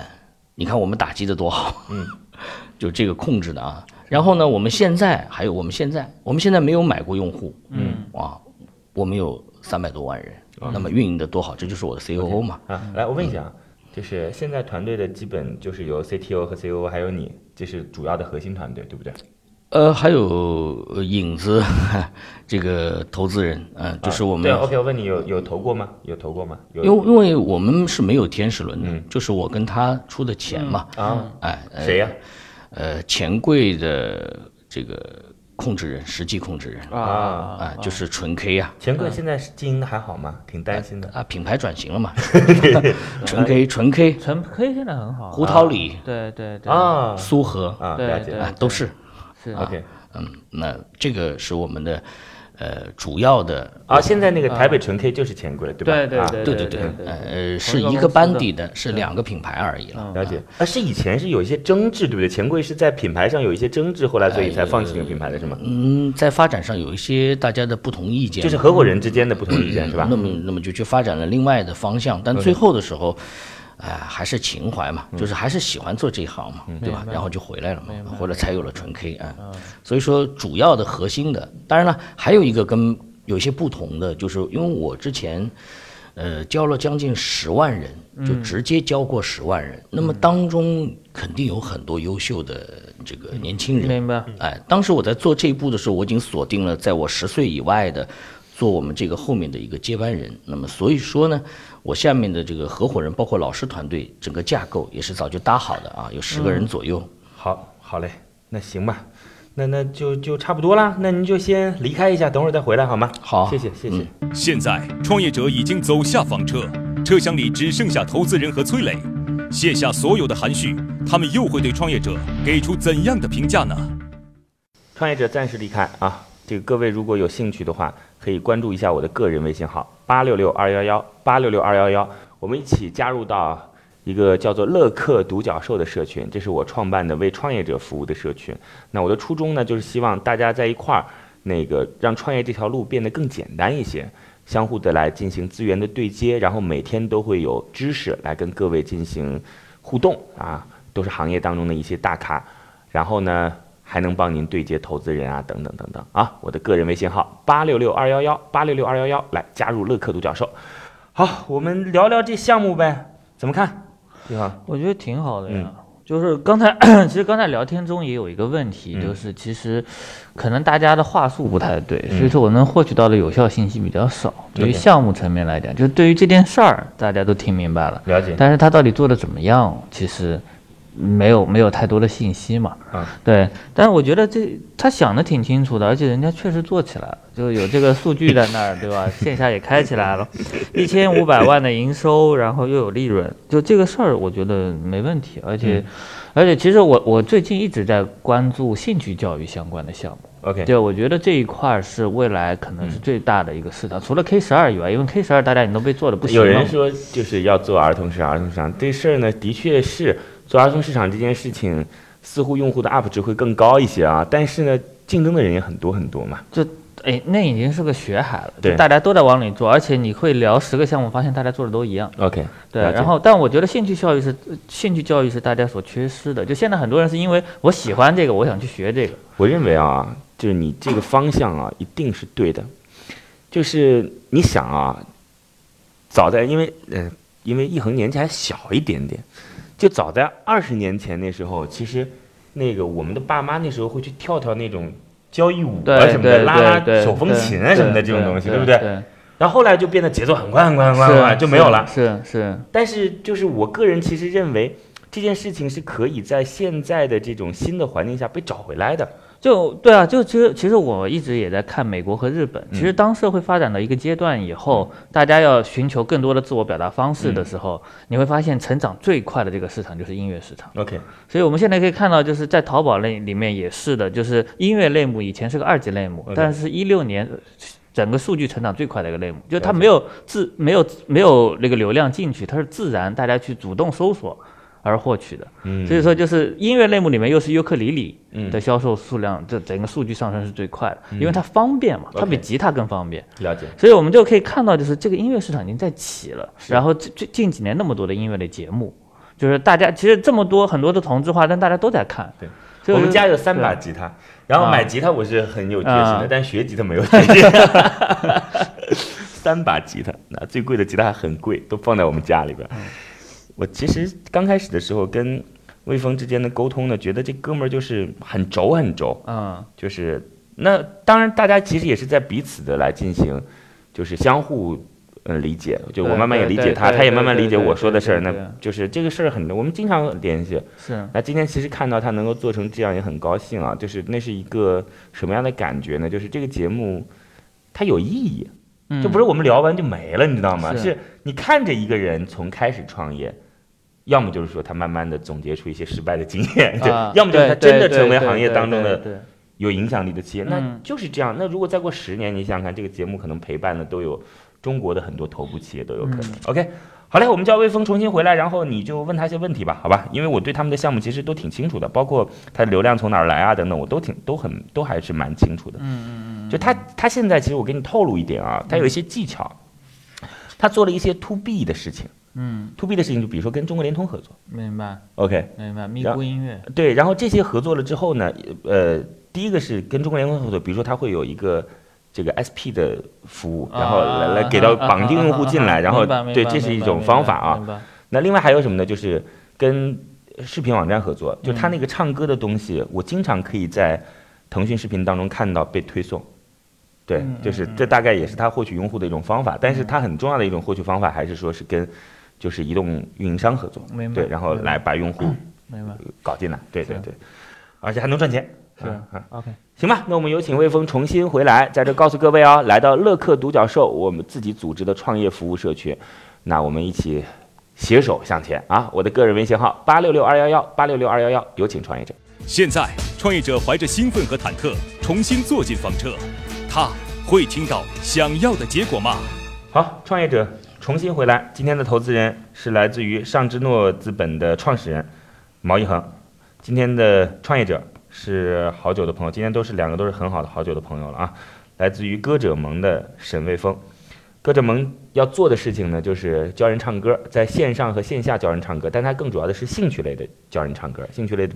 Speaker 5: 你看我们打击的多好，
Speaker 2: 嗯，
Speaker 5: 就这个控制的啊。然后呢，我们现在还有我们现在，我们现在没有买过用户，嗯，啊，我们有三百多万人，那么运营的多好，这就是我的 COO 嘛。
Speaker 2: 啊，来，我问一下啊，就是现在团队的基本就是由 CTO 和 COO 还有你，这是主要的核心团队，对不对？啊
Speaker 5: 呃，还有呃影子， 这个投资人，嗯、
Speaker 3: 啊
Speaker 5: 就是我们，
Speaker 2: 对，OK，我问啊你有有投过吗？有投过吗？有
Speaker 5: 因为因为我们是没有天使轮的，
Speaker 3: 嗯
Speaker 5: 就是我跟他出的钱嘛，
Speaker 2: 啊，
Speaker 5: 哎，呃
Speaker 3: 嗯
Speaker 2: 谁呀？
Speaker 5: 呃，钱柜的这个控制人，实际控制人
Speaker 2: 啊
Speaker 5: 啊，就是纯 K 呀、
Speaker 2: 钱哥现在是经营的还好吗？挺担心的。
Speaker 5: 啊，品牌转型 了嘛，纯 K 纯 K，
Speaker 3: 纯 K 现在很啊好啊，
Speaker 5: 胡桃里、
Speaker 3: 对对
Speaker 5: 哎
Speaker 3: 对，
Speaker 2: 啊
Speaker 5: 苏荷
Speaker 2: 啊，
Speaker 3: 对
Speaker 2: 了解
Speaker 3: 对
Speaker 5: 啊都是，
Speaker 3: 是
Speaker 2: OK
Speaker 5: 嗯，那这个是我们的呃主要的
Speaker 2: 啊，现在那个台北纯 K 就是钱柜了，对吧？
Speaker 3: 对对
Speaker 2: 啊
Speaker 3: 对
Speaker 5: 对对
Speaker 3: 对对
Speaker 5: 呃，
Speaker 3: 同
Speaker 5: 是
Speaker 3: 一个
Speaker 5: 一
Speaker 3: 公
Speaker 5: 个
Speaker 3: 司
Speaker 5: 班
Speaker 3: 的
Speaker 5: 底的，是两个品牌而已了。
Speaker 2: 了解，啊，是以前是有一些争执，对不对？钱柜是在品牌上有一些争执，后来所以才放弃这个品牌的是吗？
Speaker 5: 嗯，在发展上有一些大家的不同意见，
Speaker 2: 就是合伙人之间的不同意见是吧
Speaker 5: 嗯那？么那么就去发展了另外的方向，但最后的时候，哎、还是情怀嘛，
Speaker 2: 嗯
Speaker 5: 就是还是喜欢做这一行嘛，对吧？然后就回来了嘛，回来才有了纯 K 啊、
Speaker 2: 嗯
Speaker 5: 所以说主要的核心的，当然了，还有一个跟有些不同的，就是因为我之前。呃，教了将近十万人，
Speaker 2: 嗯
Speaker 5: 就直接教过十万人。那么当中肯定有很多优秀的这个年轻人，
Speaker 3: 明白。
Speaker 5: 哎，当时我在做这一步的时候，我已经锁定了在我十岁以外的做我们这个后面的一个接班人。那么所以说呢，我下面的这个合伙人，包括老师团队，整个架构也是早就搭好的啊，有十个
Speaker 2: 嗯
Speaker 5: 人左右。
Speaker 2: 好，好嘞，那行吧，那那就就差不多啦，那您就先离开一下，等会儿再回来好吗？
Speaker 5: 好嗯
Speaker 2: 谢谢谢谢。
Speaker 1: 现在创业者已经走下房车，车厢里只剩下投资人和崔磊。卸下所有的含蓄，他们又会对创业者给出怎样的评价呢？
Speaker 2: 创业者暂时离开啊，这个各位如果有兴趣的话，可以关注一下我的个人微信号八六六二幺幺八六六二幺幺，我们一起加入到一个叫做乐客独角兽的社群，这是我创办的为创业者服务的社群。那我的初衷呢，就是希望大家在一块儿，那个让创业这条路变得更简单一些。相互的来进行资源的对接，然后每天都会有知识来跟各位进行互动啊，都是行业当中的一些大咖。然后呢，还能帮您对接投资人啊，等等等等啊。我的个人微信号八六六二幺幺八六六二幺幺，来加入乐客独角兽。好，我们聊聊这项目呗，怎么看？对吧？
Speaker 3: 我觉得挺好的呀
Speaker 2: 嗯。
Speaker 3: 就是刚才， 其实刚才聊天中也有一个问题，就是其实可能大家的话术不太对，所以说我能获取到的有效信息比较少。对于
Speaker 2: OK
Speaker 3: 项目层面来讲，就是对于这件事儿，大家都听明白了，
Speaker 2: 了解
Speaker 3: 但是他到底做的怎么样，其实没有没有太多的信息嘛。
Speaker 2: 啊，
Speaker 3: 对。但是我觉得这他想的挺清楚的，而且人家确实做起来了，就有这个数据在 那儿，对吧？线下也开起来了，一千五百万的营收，然后又有利润，就这个事儿，我觉得没问题。而且，
Speaker 2: 嗯
Speaker 3: 而且其实我我最近一直在关注兴趣教育相关的项目。
Speaker 2: OK，
Speaker 3: 对，我觉得这一块儿是未来可
Speaker 2: 嗯
Speaker 3: 能是最大的一个市场，除了 K 十二以外，因为 K 十二大家你都被做的不行
Speaker 2: 有
Speaker 3: 了嘛。
Speaker 2: 人说就是要做儿童市场，儿童市场这事儿呢，的确是做儿童市场这件事情，似乎用户的 UP 值会更高一些啊，但是呢，竞争的人也很多很多嘛。
Speaker 3: 就哎，那已经是个血海了，
Speaker 2: 对
Speaker 3: 就大家都在往里做，而且你会聊十个项目，发现大家做的都一样。
Speaker 2: OK，
Speaker 3: 对，
Speaker 2: 了解
Speaker 3: 然后但我觉得兴趣教育是呃兴趣教育是大家所缺失的，就现在很多人是因为我喜欢这个，我想去学这个。
Speaker 2: 我认为啊，就是你这个方向啊，一定是对的。就是你想啊，早在因为呃，因为一恒年纪还小一点点，就早在二十年前那时候，其实那个我们的爸妈那时候会去跳跳那种交谊舞
Speaker 3: 对
Speaker 2: 啊什么的，
Speaker 3: 对
Speaker 2: 拉拉
Speaker 3: 对
Speaker 2: 手风
Speaker 3: 对
Speaker 2: 琴啊什么的
Speaker 3: 对
Speaker 2: 这种东西，对不
Speaker 3: 对？
Speaker 2: 对？然后后来就变得节奏很快很快很快很
Speaker 3: 是
Speaker 2: 快就没有了。
Speaker 3: 是是，
Speaker 2: 但是就是我个人其实认为这件事情是可以在现在的这种新的环境下被找回来的。
Speaker 3: 就对啊，就其实其实我一直也在看美国和日本。
Speaker 2: 嗯
Speaker 3: 其实当社会发展到一个阶段以后，大家要寻求更多的自我表达方式
Speaker 2: 嗯
Speaker 3: 的时候，你会发现成长最快的这个市场就是音乐市场。
Speaker 2: OK，
Speaker 3: 所以我们现在可以看到，就是在淘宝类里面也是的，就是音乐类目以前是个二级类目
Speaker 2: OK，
Speaker 3: 但是一六年呃整个数据成长最快的一个类目，就是它
Speaker 2: 了解
Speaker 3: 没有自没有没有那个流量进去，它是自然大家去主动搜索而获取的。
Speaker 2: 嗯
Speaker 3: 所以说就是音乐类目里面又是尤克里里
Speaker 2: 嗯
Speaker 3: 的销售数量，这整个数据上升是最快的，因为它方便嘛，它比
Speaker 2: OK
Speaker 3: 吉他更方便。
Speaker 2: 了解。
Speaker 3: 所以我们就可以看到，就是这个音乐市场已经在起了。然后这这近几年那么多的音乐类节目，就是大家其实这么多很多的同质化，但大家都在看。
Speaker 2: 对
Speaker 3: 所以
Speaker 2: 我
Speaker 3: 就
Speaker 2: 们家有三把吉他，然后
Speaker 3: 啊
Speaker 2: 买吉他我是很有决心的，
Speaker 3: 啊
Speaker 2: 但学吉他没有决心。 三把吉他，那最贵的吉他还很贵，都放在我们家里边。
Speaker 3: 嗯
Speaker 2: 我其实刚开始的时候跟魏峰之间的沟通呢，觉得这哥们儿就是很轴很轴，
Speaker 3: 嗯
Speaker 2: 就是那当然大家其实也是在彼此的来进行，就是相互嗯理解，就
Speaker 3: 对
Speaker 2: 我慢慢也
Speaker 3: 对
Speaker 2: 理
Speaker 3: 对
Speaker 2: 解他，
Speaker 3: 对
Speaker 2: 他也
Speaker 3: 对
Speaker 2: 慢慢
Speaker 3: 对
Speaker 2: 理解
Speaker 3: 对
Speaker 2: 我
Speaker 3: 对
Speaker 2: 说的
Speaker 3: 对
Speaker 2: 事儿，
Speaker 3: 对
Speaker 2: 那
Speaker 3: 对
Speaker 2: 就是这个事儿很，我们经常联系。
Speaker 3: 是
Speaker 2: 那今天其实看到他能够做成这样也很高兴啊，就是那是一个什么样的感觉呢？就是这个节目它有意义，
Speaker 3: 嗯
Speaker 2: 就不是我们聊完就没了，你知道吗？
Speaker 3: 是
Speaker 2: 是你看着一个人从开始创业。要么就是说他慢慢的总结出一些失败的经验，对；
Speaker 3: 啊
Speaker 2: 要么就是
Speaker 3: 对
Speaker 2: 他真的
Speaker 3: 对
Speaker 2: 成为
Speaker 3: 对
Speaker 2: 行业
Speaker 3: 对
Speaker 2: 当中
Speaker 3: 对
Speaker 2: 的
Speaker 3: 对
Speaker 2: 有影响力的企业，那
Speaker 3: 嗯
Speaker 2: 就是这样。那如果再过十年，你想想看，这个节目可能陪伴的都有中国的很多头部企业都有可能。OK，好嘞，我们叫魏峰重新回来，然后你就问他一些问题吧，好吧？因为我对他们的项目其实都挺清楚的，包括它的流量从哪儿来啊等等，我都挺都很都还是蛮清楚的。嗯嗯嗯。就他他现在其实我给你透露一点啊，他有一些技巧，他做了一些 to B 的事情。
Speaker 3: 嗯，
Speaker 2: to B 的事情就比如说跟中国联通合作
Speaker 3: 明白
Speaker 2: ，OK，
Speaker 3: 明白，咪
Speaker 2: 然
Speaker 3: 咕音乐
Speaker 2: 对，然后这些合作了之后呢，呃，第一个是跟中国联通合作，比如说它会有一个这个 SP 的服务，然后来、
Speaker 3: 啊
Speaker 2: 来给到绑定用户进 来，然后对，这是一种方法啊。，
Speaker 3: 啊啊啊啊啊明白明白明白明白明白
Speaker 2: 那另外还有什么呢？就是跟视频网站合作，就
Speaker 3: 嗯
Speaker 2: 它那个唱歌的东西，我经常可以在腾讯视频当中看到被推送。对
Speaker 3: 嗯，
Speaker 2: 就是这大概也是它获取用户的一种方法，但是它很重要的一种获取方法还是说是跟就是移动运营商合作
Speaker 3: 明，白
Speaker 2: 对，然后
Speaker 3: 明白
Speaker 2: 来把用户
Speaker 3: 明白
Speaker 2: 搞进来，对对
Speaker 3: 是
Speaker 2: 对，而且还能赚钱。
Speaker 3: 是
Speaker 2: 嗯嗯
Speaker 3: OK
Speaker 2: 行吧，那我们有请魏峰重新回来，在这告诉各位哦，来到乐客独角兽，我们自己组织的创业服务社区，那我们一起携手向前啊！我的个人微信号八六六二幺幺八六六二幺幺，有请创业者。
Speaker 1: 现在，创业者怀着兴奋和忐忑，重新坐进房车，他会听到想要的结果吗？
Speaker 2: 好，创业者重新回来，今天的投资人是来自于尚之诺资本的创始人毛一恒，今天的创业者是好久的朋友，今天都是两个都是很好的好久的朋友了啊，来自于歌者盟的沈卫峰。歌者盟要做的事情呢，就是教人唱歌，在线上和线下教人唱歌，但它更主要的是兴趣类的教人唱歌。兴趣类的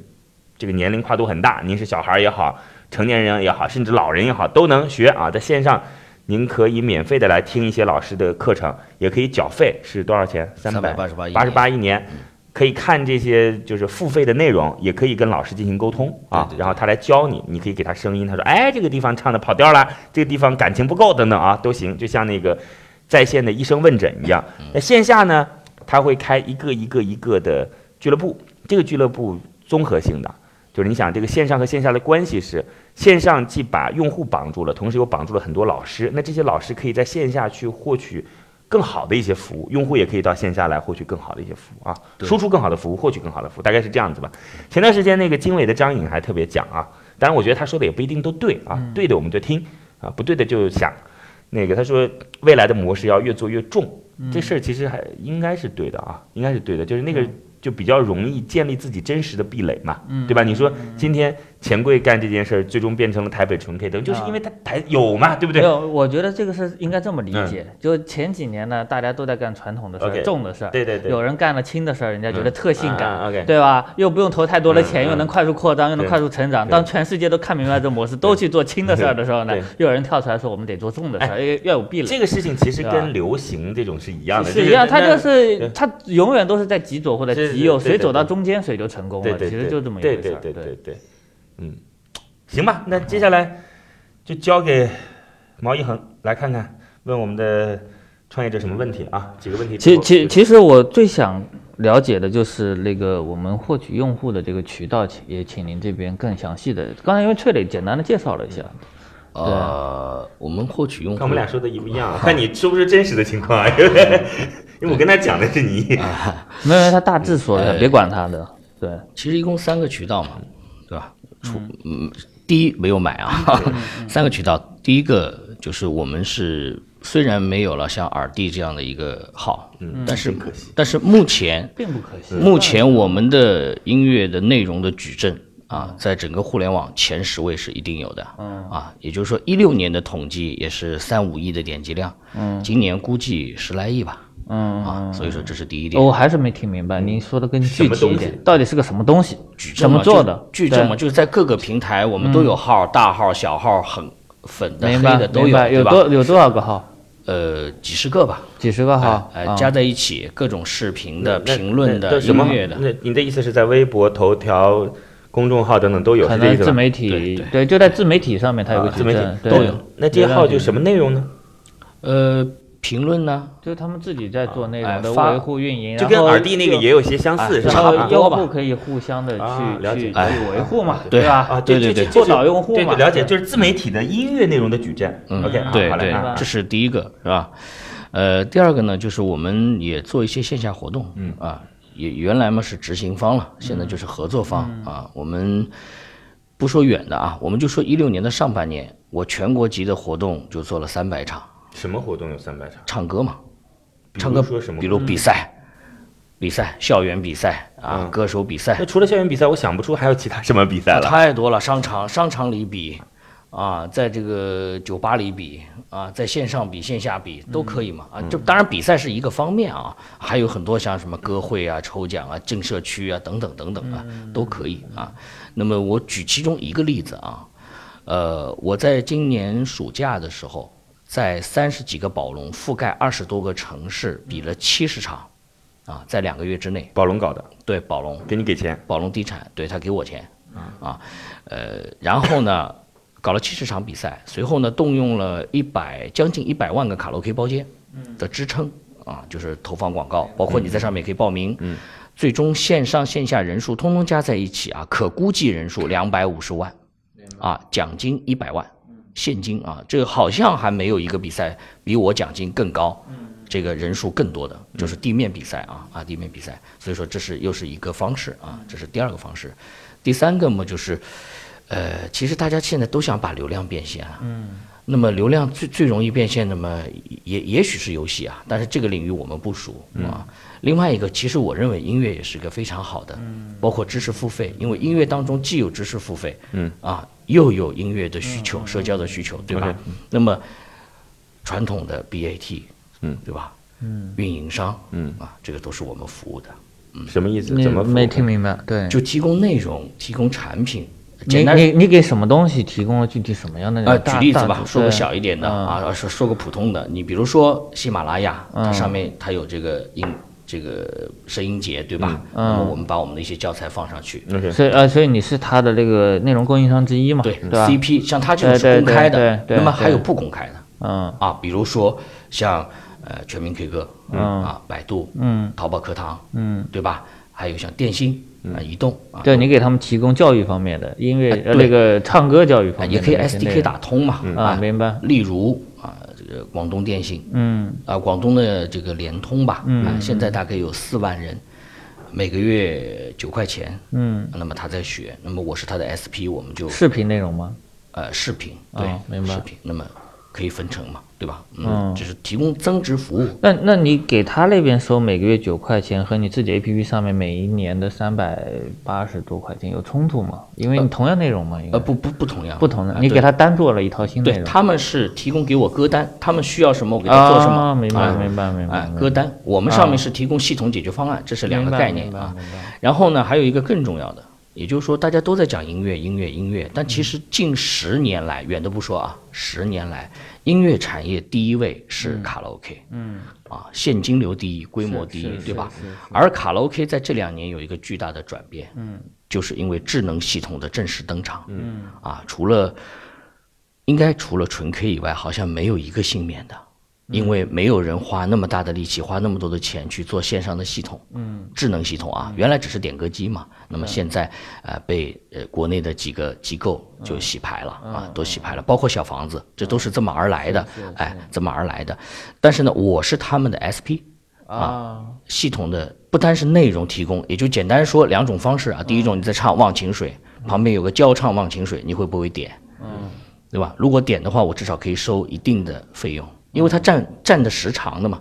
Speaker 2: 这个年龄跨度很大，您是小孩儿也好，成年人也好，甚至老人也好，都能学啊。在线上，您可以免费的来听一些老师的课程，也可以缴费，是多少钱？三
Speaker 5: 三百八十嗯八亿，
Speaker 2: 八十八一年，可以看这些就是付费的内容，也可以跟老师进行沟通啊，
Speaker 5: 对对对
Speaker 2: 然后他来教你，你可以给他声音，他说，哎，这个地方唱的跑调了，这个地方感情不够等等啊，都行，就像那个在线的医生问诊一样。
Speaker 5: 嗯
Speaker 2: 那线下呢，他会开一个一个一个的俱乐部，这个俱乐部综合性的。就是你想，这个线上和线下的关系是，线上既把用户绑住了，同时又绑住了很多老师。那这些老师可以在线下去获取更好的一些服务，用户也可以到线下来获取更好的一些服务啊，
Speaker 5: 对
Speaker 2: 输出更好的服务，获取更好的服务，大概是这样子吧。前段时间那个经纬的张颖还特别讲啊，当然我觉得他说的也不一定都对啊，
Speaker 3: 嗯
Speaker 2: 对的我们就听啊，不对的就想。那个他说未来的模式要越做越重，
Speaker 3: 嗯
Speaker 2: 这事儿其实还应该是对的啊，应该是对的，就是那个
Speaker 3: 嗯
Speaker 2: 就比较容易建立自己真实的壁垒嘛，对吧？你说今天钱柜干这件事儿，最终变成了台北纯 K 灯，就是
Speaker 3: 啊
Speaker 2: 因为他台有嘛，对不对
Speaker 3: 没？有，我觉得这个是应该这么理
Speaker 2: 嗯
Speaker 3: 解。就前几年呢，大家都在干传统的事
Speaker 2: OK，
Speaker 3: 儿、重的事儿，
Speaker 2: 对对对
Speaker 3: 有人干了轻的事儿，人家觉得特性
Speaker 2: 啊啊
Speaker 3: 感
Speaker 2: ，OK，
Speaker 3: 对吧？又不用投太多的
Speaker 2: 嗯
Speaker 3: 钱，又
Speaker 2: 嗯
Speaker 3: 能快速扩张，又能
Speaker 2: 对
Speaker 3: 快速成长。
Speaker 2: 对
Speaker 3: 当全世界都看明白这模式，都去做轻的事儿的时候呢
Speaker 2: 对，哎
Speaker 3: 又有人跳出来说我们得做重的事儿，哎要要有壁
Speaker 2: 这
Speaker 3: 垒。
Speaker 2: 个事情其实
Speaker 3: 对吧
Speaker 2: 跟流行这种是一样的，
Speaker 3: 是一样，
Speaker 2: 他
Speaker 3: 它就
Speaker 2: 对
Speaker 3: 是它永远都是在极左或者
Speaker 2: 是
Speaker 3: 极右，
Speaker 2: 对对
Speaker 3: 谁走到
Speaker 2: 对
Speaker 3: 中间谁就成功
Speaker 2: 对
Speaker 3: 了。
Speaker 2: 对，
Speaker 3: 其实
Speaker 2: 对
Speaker 3: 就这么一
Speaker 2: 对
Speaker 3: 回
Speaker 2: 对
Speaker 3: 事儿。
Speaker 2: 对对对，嗯，行吧，那接下来就交给毛一恒来看看，问我们的创业者什么问题啊？几个问题之
Speaker 3: 其
Speaker 2: 后。
Speaker 3: 其其实我最想了解的就是那个我们获取用户的这个渠道，请也请您这边更详细的。刚才因为崔磊简单的介绍了一下，
Speaker 2: 嗯
Speaker 5: 呃，我们获取用户，
Speaker 2: 看我们
Speaker 3: 嗯
Speaker 2: 俩说的一不一样啊，看 你说不是真实的情况啊， 因为因为我跟他讲的是你，
Speaker 3: 啊没有他大致说一下，
Speaker 5: 哎
Speaker 3: 别管他的。对，
Speaker 5: 其实一共三个渠道
Speaker 2: 嗯
Speaker 5: 嘛，对吧？除嗯，第一没有买
Speaker 2: 嗯
Speaker 5: 啊，三个渠道，第一个就是我们是虽然没有了像耳帝这样的一个号，嗯，但是
Speaker 2: 可惜
Speaker 5: 但是目前
Speaker 3: 并不可惜。
Speaker 5: 目前我们的音乐的内容的矩阵
Speaker 3: 嗯
Speaker 5: 啊，在整个互联网前十位是一定有的。嗯啊，也就是说，一六年的统计也是三五亿的点击量，嗯，今年估计十来亿吧。
Speaker 3: 嗯哦
Speaker 5: 啊，所以说这是第一点。
Speaker 3: 我还是没听明白，您说的更具
Speaker 2: 么
Speaker 3: 体
Speaker 2: 东
Speaker 3: 一
Speaker 2: 西
Speaker 3: 点，到底是个什么东西？
Speaker 5: 矩阵
Speaker 3: 怎
Speaker 5: 嘛
Speaker 3: 么做的？
Speaker 5: 矩阵嘛，
Speaker 3: 对？
Speaker 5: 就是在各个平台我们都有号，大号、小号，很粉的、黑
Speaker 3: 明白
Speaker 5: 的，都
Speaker 3: 明白
Speaker 5: 对
Speaker 3: 有
Speaker 5: 吧？
Speaker 3: 多有多少个号？
Speaker 5: 呃，几十个吧，
Speaker 3: 几十个号？
Speaker 5: 哎
Speaker 3: 啊，
Speaker 5: 加在一起，各种视频的、
Speaker 2: 那
Speaker 5: 评论
Speaker 2: 那
Speaker 5: 的、
Speaker 2: 什
Speaker 5: 音
Speaker 2: 么
Speaker 5: 乐的，
Speaker 2: 那你的意思是在微博、头条、公众号等等都有，
Speaker 3: 可
Speaker 2: 是这
Speaker 3: 能
Speaker 2: 意思
Speaker 3: 自
Speaker 2: 吧？
Speaker 3: 媒
Speaker 5: 对
Speaker 3: 体
Speaker 5: 对
Speaker 3: 对，就在自媒体上面，它有个
Speaker 5: 啊
Speaker 2: 自
Speaker 3: 矩
Speaker 2: 媒体
Speaker 3: 阵，
Speaker 2: 都有
Speaker 3: 对，
Speaker 2: 那这些号就什么内容呢？
Speaker 5: 呃，评论呢、
Speaker 3: 就是他们自己在做内容的
Speaker 5: 哎发
Speaker 3: 维护运营，
Speaker 2: 就
Speaker 3: 然
Speaker 2: 跟
Speaker 3: 后
Speaker 2: 耳帝那个也有些相
Speaker 3: 啊
Speaker 2: 似，是
Speaker 3: 然后
Speaker 2: 吧？
Speaker 3: 用户可以互相的
Speaker 2: 啊了
Speaker 3: 去
Speaker 2: 解
Speaker 3: 去
Speaker 2: 哎
Speaker 3: 去维护嘛，
Speaker 5: 对
Speaker 3: 吧？
Speaker 2: 啊，
Speaker 5: 对
Speaker 2: 这
Speaker 5: 对
Speaker 2: 这
Speaker 5: 对
Speaker 2: 这
Speaker 3: 做导用户
Speaker 2: 对
Speaker 3: 嘛
Speaker 2: 对，了解，
Speaker 3: 对嗯
Speaker 2: 就是自媒体的音乐内容的矩阵。OK，好
Speaker 5: 嗯对
Speaker 2: 好嘞
Speaker 5: 对
Speaker 2: 啊
Speaker 3: 吧，
Speaker 5: 这是第一个是吧？呃，第二个呢，就是我们也做一些线下活动，嗯啊，也原来嘛是执行方了，现在
Speaker 2: 嗯
Speaker 5: 就是合作方、啊。我们不说远的啊，我们就说一六年的上半年，我全国级的活动就做了三百场，
Speaker 2: 什么活动有三百场？
Speaker 5: 唱歌嘛，
Speaker 2: 比
Speaker 5: 唱
Speaker 2: 如
Speaker 5: 歌
Speaker 2: 说什么？
Speaker 5: 比如比赛，比赛，校园比赛啊，
Speaker 2: 嗯
Speaker 5: 歌手比赛
Speaker 2: 那，除了校园比赛，我想不出还有其他什么比赛
Speaker 3: 啊
Speaker 2: 了。
Speaker 5: 太多了，商场商场里比，啊，在这个酒吧里比，啊，在线上比、线下比都可以嘛，啊，这当然比赛是一个方面啊，还有很多像什么歌会啊、抽奖啊、进社区啊等等等等啊，都可以啊。那么我举其中一个例子啊，呃，我在今年暑假的时候，在三十几个宝龙覆盖二十多个城市比了七十场，啊，在两个月之内，
Speaker 2: 宝龙搞的，
Speaker 5: 对宝龙。
Speaker 2: 给你给钱，
Speaker 5: 宝龙地产，对他给我钱啊，呃，然后呢，搞了七十场比赛，随后呢，动用了一百将近一百万个卡拉 OK 包间的支撑啊，就是投放广告，包括你在上面也可以报名，嗯，最终线上线下人数通通加在一起啊，可估计人数两百五十万，啊，奖金一百万，现金啊，这个好像还没有一个比赛比我奖金更高。这个人数更多的就是地面比赛啊啊地面比赛，所以说这是又是一个方式啊，这是第二个方式，第三个嘛就是，呃，其实大家现在都想把流量变现啊，嗯，那么流量最最容易变现的嘛，也也许是游戏啊，但是这个领域我们不熟啊。另外一个，其实我认为音乐也是一个非常好的，包括知识付费，因为音乐当中既有知识付费，嗯啊，又有音乐的需求、社交的需求，对吧？那么传统的 BAT，嗯，对吧？嗯，运营商，嗯啊，这个都是我们服务的，
Speaker 2: 什么意思？
Speaker 3: 你
Speaker 2: 怎么服务
Speaker 3: 嗯没听明白？对，
Speaker 5: 就提供内容，提供产品，
Speaker 3: 你
Speaker 5: 简单
Speaker 3: 你你给什么东西提供了具体什么样的
Speaker 5: 呃，举
Speaker 3: 大
Speaker 5: 例子
Speaker 3: 大
Speaker 5: 吧，
Speaker 3: 致
Speaker 5: 说个
Speaker 3: 对嗯
Speaker 5: 小一点的啊，说说个普通的，你比如说喜马拉雅，它上面它有这个音这个声音节，对吧？
Speaker 3: 嗯
Speaker 5: 那么我们把我们的一些教材放上去，
Speaker 2: ？OK，
Speaker 3: 所以呃，所以你是他的这个内容供应商之一嘛？
Speaker 5: 对
Speaker 3: 吧？
Speaker 5: ，CP 像它这种
Speaker 3: 对
Speaker 5: 是公开
Speaker 3: 对
Speaker 5: 的
Speaker 3: 对，对
Speaker 5: 那么还有
Speaker 3: 对
Speaker 5: 不公开的
Speaker 3: 嗯
Speaker 5: 啊，比如说像呃全民 K 歌，啊，百度，嗯，淘宝课堂，嗯，对吧？还有像电信啊，移动啊，
Speaker 3: 嗯对，你给他们提供教育方面的音乐，呃，
Speaker 5: 哎对
Speaker 3: 那个唱歌教育
Speaker 5: 啊
Speaker 3: 方面
Speaker 5: 也
Speaker 3: 的
Speaker 5: 可以
Speaker 3: 那些内
Speaker 5: SDK
Speaker 3: 容
Speaker 5: 打通嘛，
Speaker 3: 啊，明白？
Speaker 5: 例如啊，这个广东电信，嗯，啊，广东的这个联通吧，嗯、啊，现在大概有四万人，每个月九块钱，嗯，那么他在学，那么我是他的 SP，我们就
Speaker 3: 视频内容吗？
Speaker 5: 呃视频，对，
Speaker 3: 哦明白哦
Speaker 5: 视频，那么可以分成嘛，对吧？嗯，就是提供增值服务，
Speaker 3: 那那你给他那边收每个月九块钱，和你自己 APP 上面每一年的三百八十多块钱有冲突吗？因为你同样内容嘛，应该
Speaker 5: 呃，不不不同样，
Speaker 3: 不同的，
Speaker 5: 啊
Speaker 3: 你给
Speaker 5: 对
Speaker 3: 他单做了一套新内
Speaker 5: 对，
Speaker 3: 容。
Speaker 5: 他们是提供给我歌单，他们需要什么我给他做什么，
Speaker 3: 啊明白
Speaker 5: 啊
Speaker 3: 明白明白
Speaker 5: 哎
Speaker 3: 明白啊
Speaker 5: 歌单，我们上面是提供系统解决方案，这是两个
Speaker 3: 明白
Speaker 5: 概念
Speaker 3: 明白
Speaker 5: 啊
Speaker 3: 明白。
Speaker 5: 然后呢，还有一个更重要的，也就是说大家都在讲音乐音乐音乐，但其实近十年来，远的不说啊，十年来音乐产业第一位是卡拉 OK，嗯，啊，现金流第一，规模第一，对吧？而卡拉 OK 在这两年有一个巨大的转变，嗯，就是因为智能系统的正式登场，嗯，啊，除了应该除了纯 K 以外，好像没有一个幸免的，因为没有人花那么大的力气，花那么多的钱去做线上的系统，嗯，智能系统啊，原来只是点歌机嘛，那么现在呃被呃国内的几个机构就洗牌了啊，都洗牌了，包括小房子，这都是这么而来的，哎，这么而来的。但是呢，我是他们的 SP 啊，系统的不单是内容提供，也就简单说两种方式啊，第一种你在唱《忘情水》，旁边有个教唱《忘情水》，你会不会点？对吧？如果点的话，我至少可以收一定的费用，因为它占占的时长的嘛，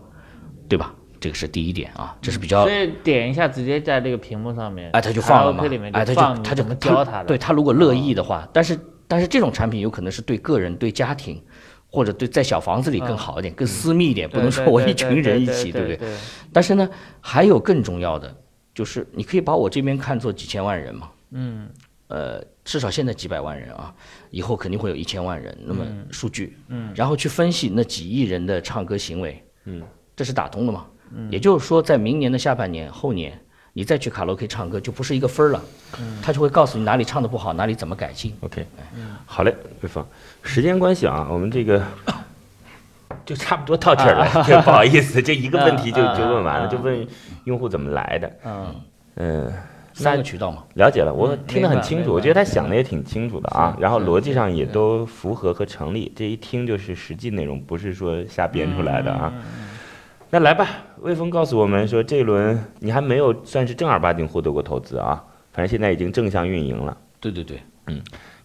Speaker 5: 对吧？这个是第一点啊，这是比较
Speaker 3: 所以点一下，直接在这个屏幕上面，
Speaker 5: 哎，他就放了嘛
Speaker 3: OK 里面，
Speaker 5: 哎，他
Speaker 3: 放，
Speaker 5: 他就
Speaker 3: 怎么教
Speaker 5: 他
Speaker 3: 他的？哦
Speaker 5: 对他如果乐意的话，但是但是这种产品有可能是对个人、对家庭，或者对在小房子里更好一点、更私密一点，
Speaker 3: 嗯对，
Speaker 5: 不能说
Speaker 3: 对
Speaker 5: 我
Speaker 3: 对
Speaker 5: 一群人一起，
Speaker 3: 对
Speaker 5: 不对？
Speaker 3: 对？
Speaker 5: 但是呢，还有更重要的，就是你可以把我这边看作几千万人嘛，嗯，呃，至少现在几百万人啊，以后肯定会有一千万人，那么数据，嗯，然后去分析那几亿人的唱歌行为，嗯，这是打通了嘛？嗯，也就是说，在明年的下半年、后年，你再去卡拉 OK 唱歌，就不是一个分儿了，嗯，他就会告诉你哪里唱的不好，哪里怎么改进。
Speaker 2: OK，好嘞，瑞峰，时间关系啊，我们这个就差不多到这儿
Speaker 3: 啊
Speaker 2: 了，这不好意思，这一个问题就
Speaker 3: 啊啊
Speaker 2: 就问完
Speaker 3: 啊
Speaker 2: 了，就问用户怎么来的。
Speaker 3: 嗯，
Speaker 2: 嗯，
Speaker 5: 三个渠道嘛，
Speaker 2: 了解了，我
Speaker 3: 嗯
Speaker 2: 听得很
Speaker 3: 明白
Speaker 2: 清楚，
Speaker 3: 明
Speaker 2: 我觉得
Speaker 3: 白
Speaker 2: 他想的也挺清楚的啊，然后逻辑上也都符合和成立，这一听就是实际内容，不是说瞎编出来的啊。
Speaker 3: 嗯
Speaker 2: 那来吧，魏峰告诉我们说，这一轮你还没有算是正儿八经获得过投资啊，反正现在已经正向运营了，
Speaker 5: 对对对，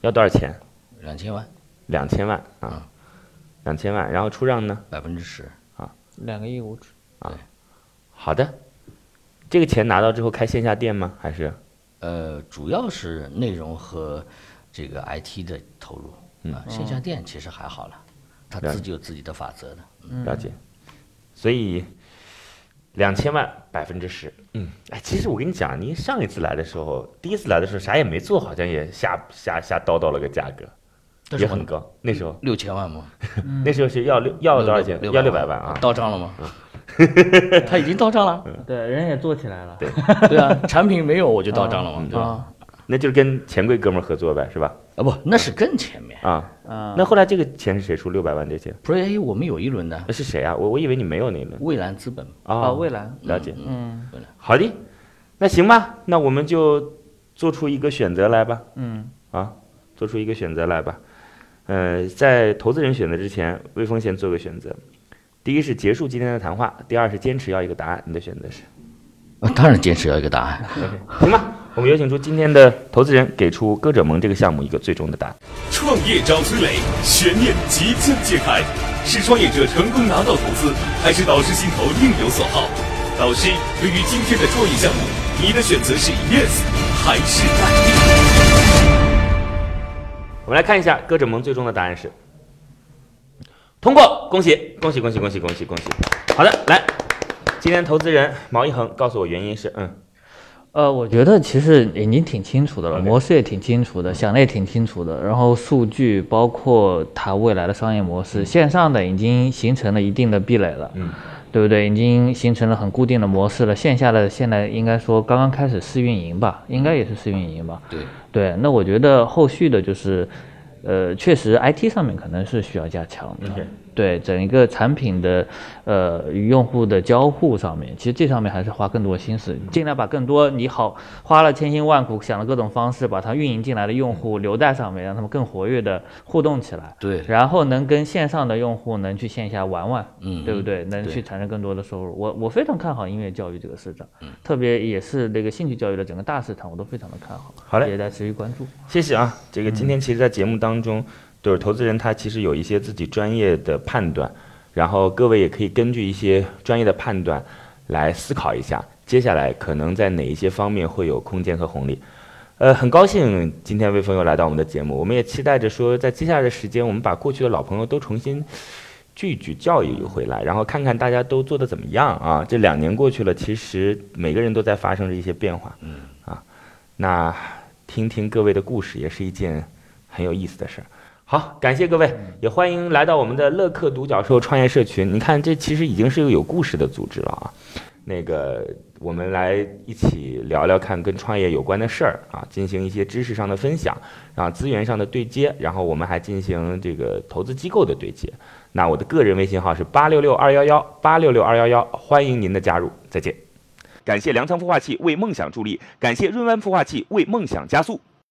Speaker 2: 要多少钱？
Speaker 5: 两千万，
Speaker 2: 两千万
Speaker 3: 嗯
Speaker 2: 啊，两千万，然后出让呢？
Speaker 5: 百分之十，
Speaker 3: 两个亿五指，
Speaker 2: 好的，这个钱拿到之后开线下店吗？还是
Speaker 5: 呃，主要是内容和这个 IT 的投入，啊，线下店其实还好了，他
Speaker 2: 嗯了
Speaker 5: 自己有自己的法则的，
Speaker 2: 了解？所以两千万百分之十，嗯，哎，其实我跟你讲，你上一次来的时候，第一次来的时候啥也没做，好像也瞎瞎瞎叨叨了个价格，
Speaker 5: 但是
Speaker 2: 也
Speaker 5: 我
Speaker 2: 很高。那时候
Speaker 5: 六千万嘛，
Speaker 2: 那时候是要六要多少钱？要六百万啊！嗯
Speaker 5: 到账了吗？ 他已经到账了，
Speaker 3: 对，人也做起来了，
Speaker 5: 对啊，产品没有我就到账
Speaker 2: 嗯
Speaker 5: 了嘛，对吧？
Speaker 3: 啊
Speaker 2: 那就是跟钱柜哥们儿合作呗，是吧？
Speaker 5: 啊不，那是更前面
Speaker 2: 啊，
Speaker 3: 啊，
Speaker 2: 那后来这个钱是谁出？六百万这些
Speaker 5: Pre A 我们有一轮的
Speaker 2: 呃是谁啊？我我以为你没有那一轮
Speaker 5: 蔚蓝资本，
Speaker 2: 啊
Speaker 3: 啊，蔚蓝，
Speaker 2: 了解。
Speaker 3: 嗯
Speaker 2: 好的，那行吧，那我们就做出一个选择来吧。
Speaker 3: 嗯
Speaker 2: 啊，做出一个选择来吧。呃，在投资人选择之前，魏峰先做个选择。第一是结束今天的谈话，第二是坚持要一个答案。你的选择是？
Speaker 5: 啊当然坚持要一个答案。
Speaker 2: 行吧， 我们有请出今天的投资人，给出歌者盟这个项目一个最终的答案。
Speaker 1: 创业找崔磊，悬念即将揭开，是创业者成功拿到投资，还是导师心头另有所好？导师，对于今天的创业项目，你的选择是 yes 还是 no？
Speaker 2: 我们来看一下歌者盟最终的答案是通过，恭喜恭喜恭喜恭喜恭喜恭喜！好的，来，今天投资人毛一恒告诉我原因是，嗯，
Speaker 3: 呃，我觉得其实已经挺清楚的了，
Speaker 2: OK
Speaker 3: 模式也挺清楚的，想的也挺清楚的，然后数据包括它未来的商业模式，线上的已经形成了一定的壁垒了，
Speaker 2: 嗯，
Speaker 3: 对不对？已经形成了很固定的模式了，线下的现在应该说刚刚开始试运营吧，应该也是试运营吧，
Speaker 5: 对，
Speaker 3: 对，那我觉得后续的就是，呃，确实 IT 上面可能是需要加强的。
Speaker 2: OK
Speaker 3: 对整一个产品的，呃，与用户的交互上面，其实这上面还是花更多心思，尽量把更多你好花了千辛万苦想了各种方式，把它运营进来的用户留在上面，让他们更活跃的互动起来。
Speaker 5: 对
Speaker 3: 然后能跟线上的用户能去线下玩玩，
Speaker 5: 嗯
Speaker 3: 对不对？能去产生更多的收入。我我非常看好音乐教育这个市场，特别也是这个兴趣教育的整个大市场，我都非常的看好。
Speaker 2: 好嘞
Speaker 3: 也在持续关注。
Speaker 2: 谢谢啊。这个今天其实，在节目当中，就是投资人他其实有一些自己专业的判断，然后各位也可以根据一些专业的判断来思考一下，接下来可能在哪一些方面会有空间和红利。呃，很高兴今天魏峰又来到我们的节目，我们也期待着说，在接下来的时间，我们把过去的老朋友都重新聚一聚、教育回来，然后看看大家都做得怎么样啊。这两年过去了，其实每个人都在发生着一些变化，嗯啊，那听听各位的故事，也是一件很有意思的事儿。好，感谢各位，也欢迎来到我们的乐客独角兽创业社群。你看，这其实已经是一个有故事的组织了啊。那个，我们来一起聊聊看跟创业有关的事儿啊，进行一些知识上的分享，啊，资源上的对接，然后我们还进行这个投资机构的对接。那我的个人微信号是八六六二幺幺八六六二幺幺，欢迎您的加入，再见。感谢粮仓孵化器为梦想助力，感谢润湾孵化器为梦想加速。